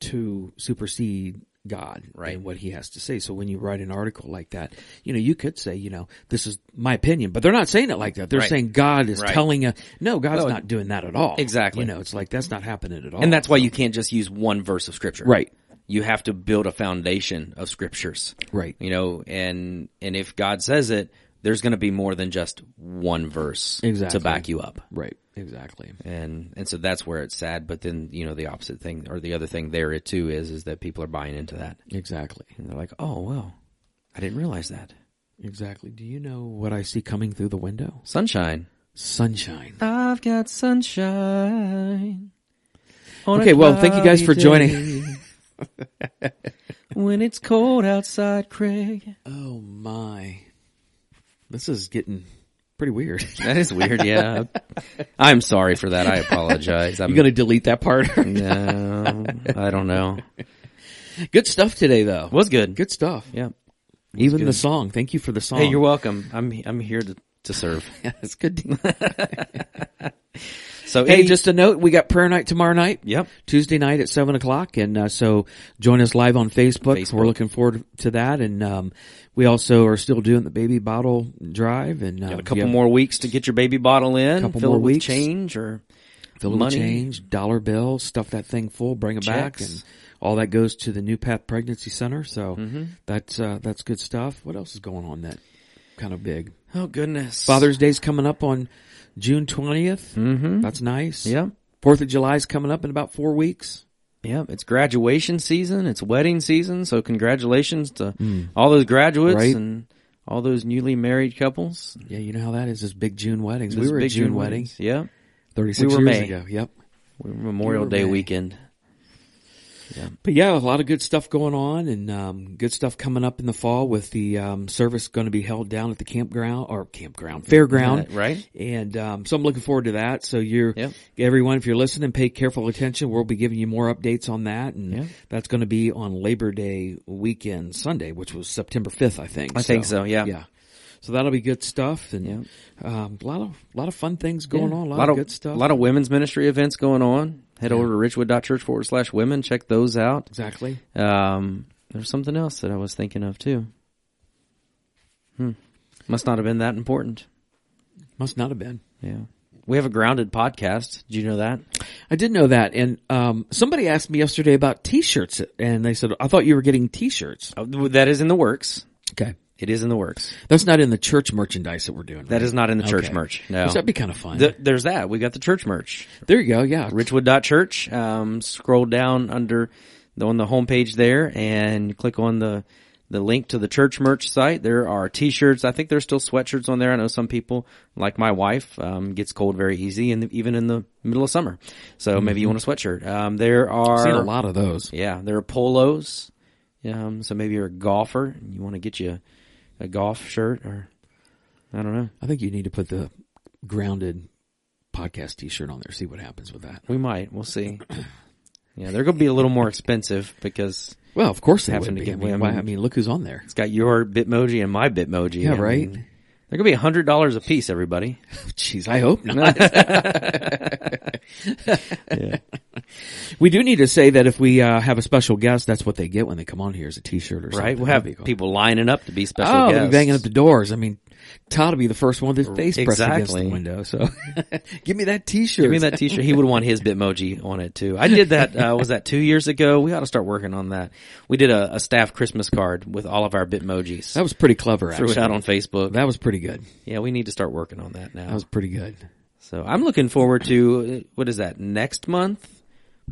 S2: to supersede God
S1: Right.
S2: and what he has to say. So when you write an article like that, you know, you could say, you know, this is my opinion, but they're not saying it like that. They're
S1: Right.
S2: saying God is
S1: Right.
S2: telling a, no, God's not doing that at all.
S1: Exactly.
S2: You know, it's like, that's not happening at all.
S1: and that's why you can't just use one verse of scripture.
S2: right.
S1: You have to build a foundation of scriptures.
S2: Right.
S1: you know and and if god says it there's going to be more than just one verse
S2: Exactly.
S1: to back you up
S2: Right. Exactly.
S1: and and so that's where it's sad but then you know the opposite thing or the other thing there it too is is that people are buying into that
S2: Exactly.
S1: and they're like oh well i didn't realize that
S2: Exactly. Do you know what I see coming through the window?
S1: sunshine
S2: Sunshine.
S1: i've got sunshine on a
S2: Okay, well, thank you guys for
S1: cloudy
S2: joining.
S1: day. when it's cold outside craig
S2: Oh my. This is getting pretty weird.
S1: that is weird yeah i'm sorry for that i apologize i'm
S2: You gonna delete that part?
S1: No, I don't know.
S2: good stuff today though.
S1: Was good.
S2: Good stuff.
S1: Yeah.
S2: Even the song. Thank you for the song.
S1: Hey, you're welcome. I'm I'm here to, to serve.
S2: That's good.
S1: So
S2: hey,
S1: any-
S2: just a note, we got prayer night tomorrow night.
S1: yep.
S2: Tuesday night at seven o'clock, and uh, so join us live on Facebook.
S1: Facebook.
S2: We're looking forward to that, and um, we also are still doing the baby bottle drive, and uh,
S1: Got a couple more weeks to get your baby bottle in.
S2: Couple
S1: fill
S2: more
S1: it with
S2: weeks.
S1: change or
S2: Fill it with
S1: money.
S2: change, dollar bill, stuff that thing full, bring it back,
S1: Checks. Mm-hmm.
S2: and all that goes to the New Path Pregnancy Center. So that's uh, that's good stuff. What else is going on that kind of big?
S1: Oh goodness,
S2: Father's Day's coming up on June 20th Mm-hmm. That's nice.
S1: Yep.
S2: Fourth of July's coming up in about four weeks.
S1: Yep. It's graduation season. It's wedding season. So congratulations to all those graduates
S2: Hmm. Right.
S1: and all those newly married couples.
S2: Yeah, you know how that is. This big June weddings.
S1: Those
S2: we were at
S1: big
S2: June, weddings.
S1: weddings. Yep.
S2: Thirty six
S1: We were
S2: years
S1: May.
S2: ago. Yep.
S1: We were Memorial
S2: were
S1: Day
S2: May.
S1: weekend.
S2: But yeah, a lot of good stuff going on and um, good stuff coming up in the fall with the um, service going to be held down at the campground or campground fairground.
S1: Yeah, right.
S2: And um, so I'm looking forward to that. So you're
S1: Yep.
S2: everyone, if you're listening, pay careful attention. We'll be giving you more updates on that, and that's going to be on Labor Day weekend Sunday, which was September 5th, I think.
S1: I think so, yeah.
S2: Yeah. So that'll be good stuff, and um, a lot of lot of fun things going on, a lot, of good stuff.
S1: A lot of women's ministry events going on. Head over to richwood.church forward slash women. Check those out.
S2: exactly.
S1: Um, there's something else that I was thinking of too. Hmm. Must not have been that important.
S2: Must not have been.
S1: Yeah. We have a grounded podcast. Do you know that?
S2: I did know that, and um, somebody asked me yesterday about T-shirts, and they said, "I thought you were getting T-shirts."
S1: Oh, That is in the works.
S2: Okay,
S1: It is in the works.
S2: that's not in the church merchandise that we're doing.
S1: That is not in the church
S2: Okay.
S1: merch. No.
S2: that'd be kind of fun.
S1: Th- there's that. We got the church merch.
S2: there you go. Yeah,
S1: Richwood.church. Um, scroll down under the, on the homepage there and click on the, the link to the church merch site. There are t-shirts. I think there's still sweatshirts on there. I know some people, like my wife, um, gets cold very easy and even in the middle of summer. So maybe you want a sweatshirt. Um, there are,
S2: I've Mm-hmm. seen a lot of those.
S1: yeah, there are polos. Um, so maybe you're a golfer and you want to get you a, a golf shirt or I don't know.
S2: I think you need to put the grounded podcast T-shirt on there. See what happens with that.
S1: We might. We'll see. Yeah, they're going to be a little more expensive because
S2: Well, of course they
S1: Having
S2: would
S1: to
S2: be.
S1: give
S2: I mean,
S1: women-
S2: why- I mean, look who's on there.
S1: it's got your Bitmoji and my Bitmoji.
S2: Yeah,
S1: I
S2: right.
S1: mean, they're going to be hundred dollars a piece, everybody.
S2: Jeez, I hope not. We do need to say that if we uh, have a special guest, that's what they get when they come on here is a T-shirt or something.
S1: Right. We'll have
S2: That'd be cool.
S1: people lining up to be special
S2: Oh, they'll
S1: guests.
S2: be banging at the doors. I mean, Todd will be the first one with his face pressed against
S1: Exactly.
S2: the window. So, give me that T-shirt.
S1: Give me that T-shirt. He would want his Bitmoji on it too. I did that. Uh, was that two years ago? We ought to start working on that. We did a, a staff Christmas card with all of our Bitmojis.
S2: That was pretty clever.
S1: Threw
S2: Actually,
S1: it out on Facebook.
S2: that was pretty good.
S1: Yeah, we need to start working on that now.
S2: That was pretty good.
S1: So I'm looking forward to uh, what is that next month?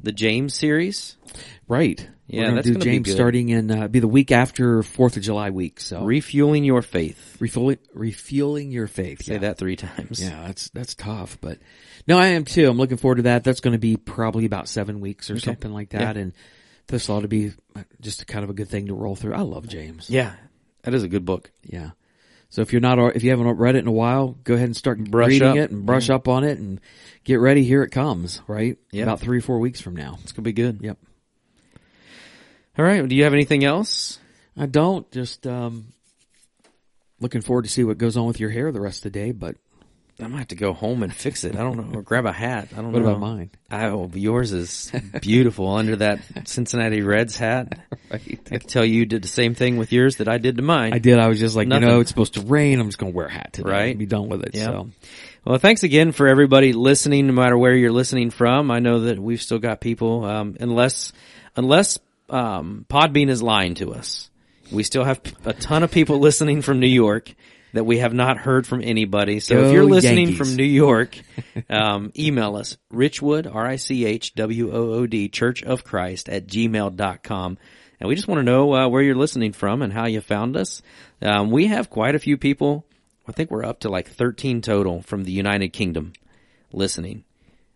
S1: The James series.
S2: Right.
S1: Yeah,
S2: We're gonna
S1: that's
S2: do
S1: gonna be
S2: James
S1: good.
S2: starting in uh, be the week after Fourth of July week. So
S1: Refueling Your Faith.
S2: refueling, refueling your faith.
S1: Say
S2: yeah.
S1: that three times.
S2: Yeah, that's that's tough, but no, I am too. I'm looking forward to that. That's going to be probably about seven weeks or something like that, and this ought to be uh, just kind of a good thing to roll through. I love James.
S1: Yeah. That is a good book.
S2: Yeah. So if you're not, al- if you haven't read it in a while, go ahead and start
S1: Brush
S2: reading
S1: up.
S2: it and brush up on it and get ready. Here it comes, right?
S1: Yeah.
S2: About three or four weeks from now.
S1: It's going to be good.
S2: Yep.
S1: All right. Do you have anything else?
S2: I don't just, um, looking forward to see what goes on with your hair the rest of the day, but
S1: I might have to go home and fix it. I don't know. Or grab a hat. I don't
S2: what
S1: know.
S2: about mine?
S1: I, oh, yours is beautiful under that Cincinnati Reds hat. I can tell you did the same thing with yours that I did to mine.
S2: I did. I was just like,
S1: Nothing.
S2: you know, it's supposed to rain. I'm just going to wear a hat today.
S1: Right.
S2: and Be done with it.
S1: Yeah.
S2: So
S1: Well, thanks again for everybody listening, no matter where you're listening from. I know that we've still got people, um, unless, unless, um, Podbean is lying to us. We still have p- a ton of people listening from New York that we have not heard from anybody. So if
S2: Go
S1: you're listening
S2: Yankees.
S1: from New York, um, email us richwood, R-I-C-H-W-O-O-D, church of Christ at gmail.com. And we just want to know uh, where you're listening from and how you found us. Um, we have quite a few people. I think we're up to like 13 total from the United Kingdom listening.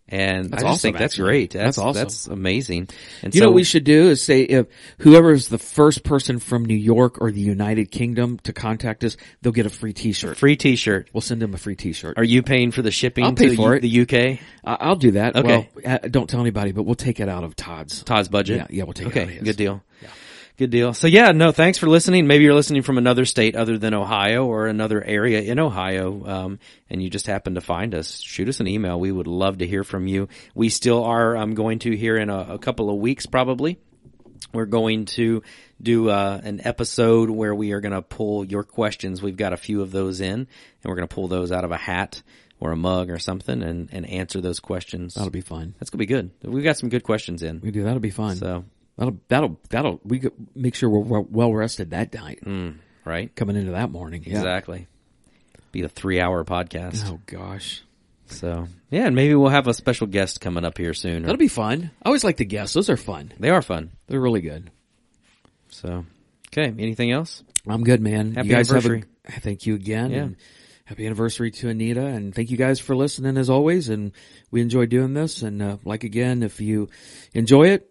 S1: And I just
S2: awesome,
S1: think that's
S2: actually.
S1: great. That's,
S2: That's awesome.
S1: That's amazing. And
S2: you
S1: so
S2: know what we should do is say if whoever's the first person from New York or the United Kingdom to contact us, they'll get a free T-shirt.
S1: free t-shirt.
S2: We'll send them a free T-shirt.
S1: Are you paying for the shipping
S2: I'll pay
S1: to
S2: for
S1: U-
S2: it.
S1: the UK?
S2: I- I'll do that.
S1: Okay.
S2: Well, uh, don't tell anybody, but we'll take it out of Todd's.
S1: Todd's budget.
S2: Yeah, yeah, we'll take it
S1: okay,
S2: out of his.
S1: good deal. Good deal. So yeah, no, thanks for listening. Maybe you're listening from another state other than Ohio or another area in Ohio, um, and you just happen to find us. Shoot us an email. We would love to hear from you. We still are um, going to here in a, a couple of weeks, probably. We're going to do uh, an episode where we are going to pull your questions. We've got a few of those in, and we're going to pull those out of a hat or a mug or something and, and answer those questions.
S2: That'll be fun.
S1: That's going to be good. We've got some good questions in.
S2: We do. That'll be fun.
S1: So,
S2: that'll that'll that'll we could make sure we're well rested that night
S1: right?
S2: coming into that morning. Yeah.
S1: Exactly. Be a three hour podcast.
S2: Oh gosh,
S1: So, yeah, and maybe we'll have a special guest coming up here soon. or-
S2: that'll be fun. I always like to guess. Those are fun.
S1: they are fun.
S2: They're really good.
S1: So, okay, anything else?
S2: I'm good, man.
S1: Happy
S2: you guys
S1: anniversary.
S2: Have a, thank you again.
S1: Yeah.
S2: And happy anniversary to Anita. And thank you guys for listening as always. And we enjoy doing this. And uh, like again, if you enjoy it,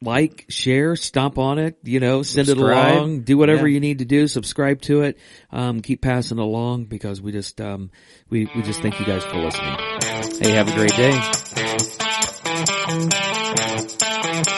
S2: like, share, stomp on it, you know, send
S1: Subscribe.
S2: it along, do whatever
S1: Yeah.
S2: you need to do, subscribe to it, um, keep passing along because we just, um, we, we just thank you guys for listening.
S1: Hey, have a great day.